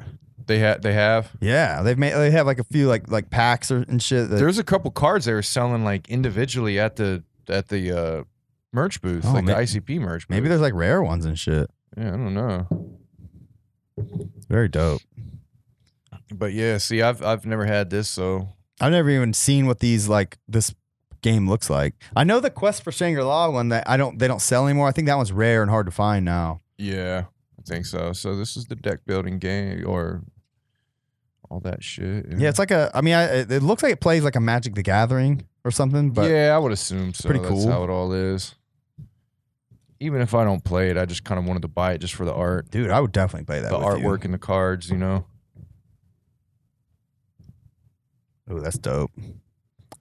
they had they have Yeah, they've made they have like a few like like packs or and shit. That, there's a couple cards they were selling like individually at the at the uh merch booth, Oh, like may- the ICP merch maybe booth. there's like rare ones and shit. yeah, I don't know. Very dope. But yeah, see, I've I've never had this, so I've never even seen what these like this game looks like. I know the Quest for Shangri La one that I don't they don't sell anymore. I think that one's rare and hard to find now. yeah, I think so. So this is the deck building game or all that shit. Yeah, it's like a. I mean, I, it it looks like it plays like a Magic the Gathering or something. But yeah, I would assume so. pretty That's cool. how it all is. Even if I don't play it, I just kind of wanted to buy it just for the art, dude, I would definitely play that. the with you. artwork and the cards. You know, Oh, that's dope.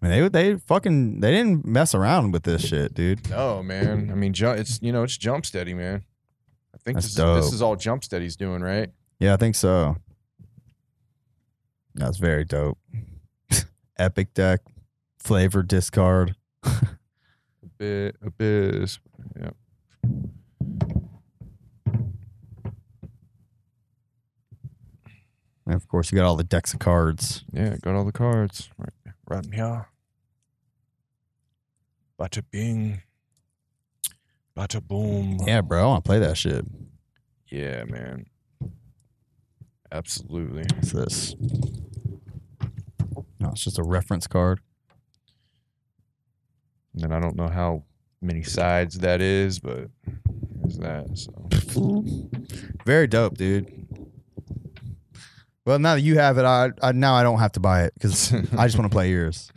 I mean, they they fucking they didn't mess around with this shit, dude. no man. I mean, ju- it's you know, it's jump steady, man. I think That's this is, this dope. is all jump steady's doing, right? Yeah, I think so. That's very dope. Epic deck, flavor discard. Bit abyss. I Yeah. And of course, you got all the decks of cards. Yeah, got all the cards. Right, right in here. Bada bing. Bada boom. Yeah, bro, I want to play that shit. Yeah, man. Absolutely. What's this? No, it's just a reference card. And then I don't know how many sides that is, but there's that. So Very dope, dude. Well, now that you have it, I, I now I don't have to buy it because I just want to play yours.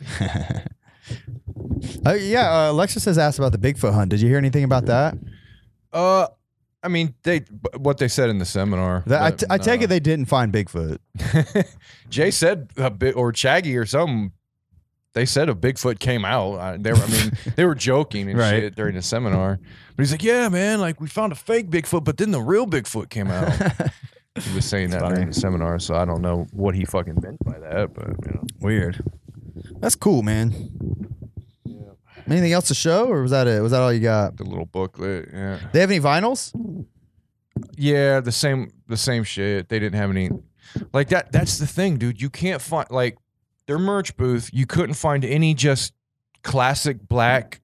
Uh, yeah, uh, Alexis has asked about the Bigfoot hunt. Did you hear anything about that? Uh, I mean, they b- what they said in the seminar. that I, but, t- I take Uh, no. it they didn't find Bigfoot. Jay said a bit or Chaggy or something. They said a Bigfoot came out. I, they were, I mean, they were joking and Right. shit during the seminar. But he's like, "Yeah, man, like we found a fake Bigfoot, but then the real Bigfoot came out." he was saying that during the seminar, so I don't know what he fucking meant by that. But you know, Weird. That's cool, man. Anything else to show, or was that it? Was that all you got? the little booklet, yeah, They have any vinyls? yeah, the same, the same shit. They didn't have any, like that. That's the thing, dude. You can't find like their merch booth. You couldn't find any just classic black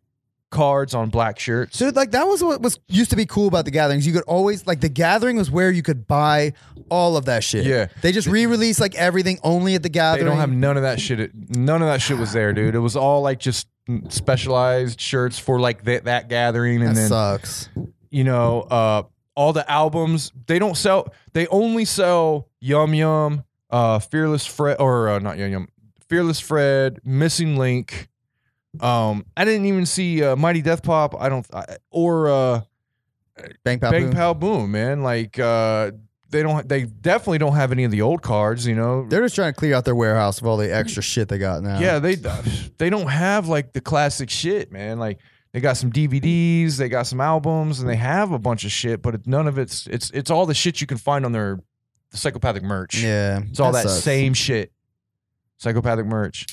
cards on black shirts. So like that was what was used to be cool about the gatherings. You could always like the gathering was where you could buy all of that shit. Yeah. They just re-release like everything only at the They gathering. don't have none of that shit. at- None of that shit was there, dude. It was all like just specialized shirts for like that, that gathering, that and then sucks. you know, uh, all the albums. They don't sell. They only sell Yum Yum, uh, Fearless Fred, or uh, not Yum Yum, Fearless Fred, Missing Link. Um, I didn't even see uh, Mighty Death Pop. I don't, I, or uh, Bang pow Bang boom. Pow Boom, man. Like uh, they don't. They definitely don't have any of the old cards. You know, They're just trying to clear out their warehouse of all the extra shit they got now. Yeah, they they don't have like the classic shit, man. Like they got some DVDs, they got some albums, and they have a bunch of shit, but it, none of it's it's it's all the shit you can find on their psychopathic merch. Yeah. it's all that, sucks. same shit, psychopathic merch.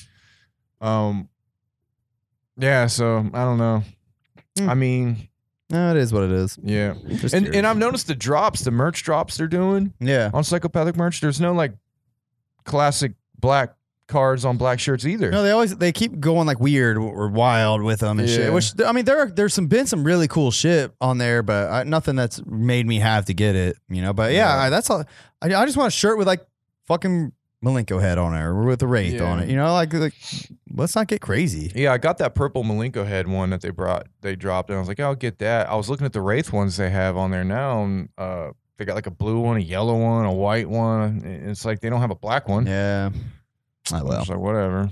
Um, yeah. So I don't know. Hmm. I mean, No, it is what it is. yeah, Just and curious. and I've noticed the drops, the merch drops they're doing yeah. on psychopathic merch. There's no like classic black cards on black shirts either. No, they always they keep going like weird or wild with them and Yeah. shit. Which I mean, there are, there's some been some really cool shit on there, but I, nothing that's made me have to get it. You know, but yeah, Yeah. I, that's all. I, I just want a shirt with like fucking Malenko head on it or with a wraith Yeah. on it. You know, like like let's not get crazy. Yeah, I got that purple Malenko head one that they brought, they dropped, and I was like, I'll get that. I was looking at the Wraith ones they have on there now, and uh, they got like a blue one, a yellow one, a white one. and It's like they don't have a black one. Yeah. I Well, will. it's like whatever.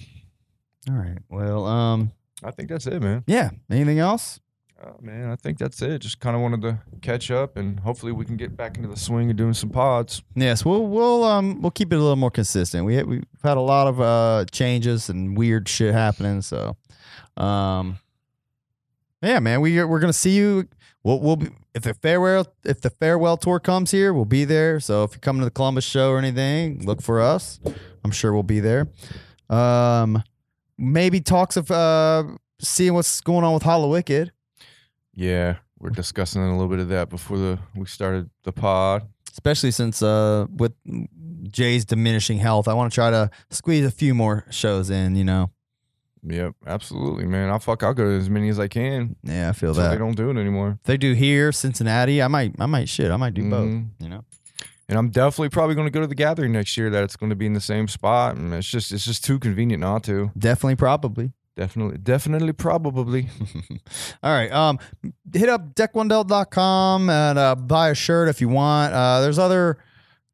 All right. Well, um, I think that's it, man. yeah. Anything else? Uh, man, I think that's it. Just kind of wanted to catch up, and hopefully we can get back into the swing of doing some pods. Yes, we'll we'll um we'll keep it a little more consistent. We we've had a lot of uh changes and weird shit happening, so um yeah, man, we are, we're gonna see you. We'll we'll be, if the farewell if the farewell tour comes here, we'll be there. So if you come to the Columbus show or anything, look for us. I'm sure we'll be there. Um, maybe talks of uh seeing what's going on with Hollow Wicked. Yeah, we're discussing a little bit of that before the we started the pod. especially since uh with Jay's diminishing health, I want to try to squeeze a few more shows in. You know, Yep, absolutely, man. I'll fuck. I'll go to as many as I can. yeah, I feel So that. they don't do it anymore. If they do here, Cincinnati. I might, I might shit. I might do both. Mhm. You know, and I'm definitely probably going to go to the gathering next year. That it's going to be in the same spot, and it's just it's just too convenient not to. definitely, probably. Definitely, definitely, probably. All right. Um, hit up deckwondell.com and uh, buy a shirt if you want. Uh, there's other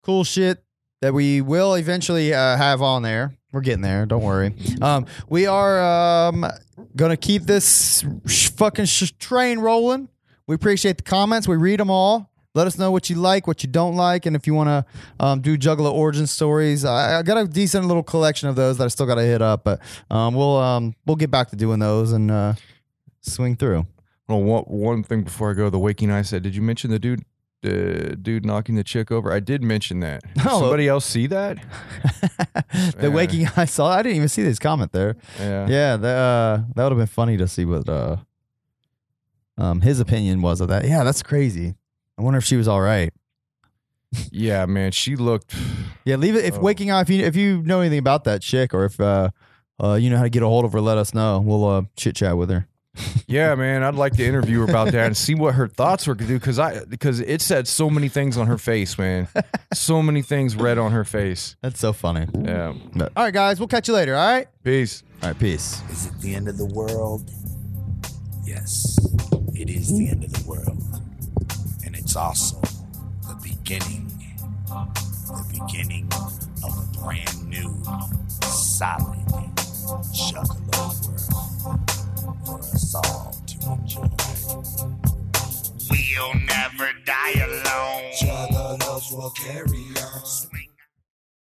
cool shit that we will eventually uh, have on there. We're getting there. Don't worry. Um, we are um, gonna keep this sh- fucking sh- train rolling. We appreciate the comments. We read them all. Let us know what you like, what you don't like, and if you want to um, do Juggalo origin stories. I, I got a decent little collection of those that I still got to hit up, but um, we'll um, we'll get back to doing those and uh, swing through. Oh, one one thing before I go, the waking eye said, "Did you mention the dude?" Uh, dude knocking the chick over. I did mention that. Did Oh. somebody else see that? the Yeah. waking I saw. I didn't even see this comment there. Yeah. Yeah, that uh, that would have been funny to see what uh, um, his opinion was of that. Yeah, that's crazy. I wonder if she was all right. yeah, man, she looked. Yeah, leave it. If Oh. waking up, if you if you know anything about that chick, or if uh, uh, you know how to get a hold of her, let us know. We'll uh, chit chat with her. Yeah, man, I'd like to interview her about that and see what her thoughts were do because I because it said so many things on her face, man. So many things read on her face. That's so funny. Yeah. But- all right, guys, we'll catch you later. All right. Peace. All right. Peace. Is it the end of the world? Yes, it is the end of the world. And it's also the beginning, the beginning of a brand new, solid juggalo world for us all to enjoy. We'll never die alone. Juggalos will carry on.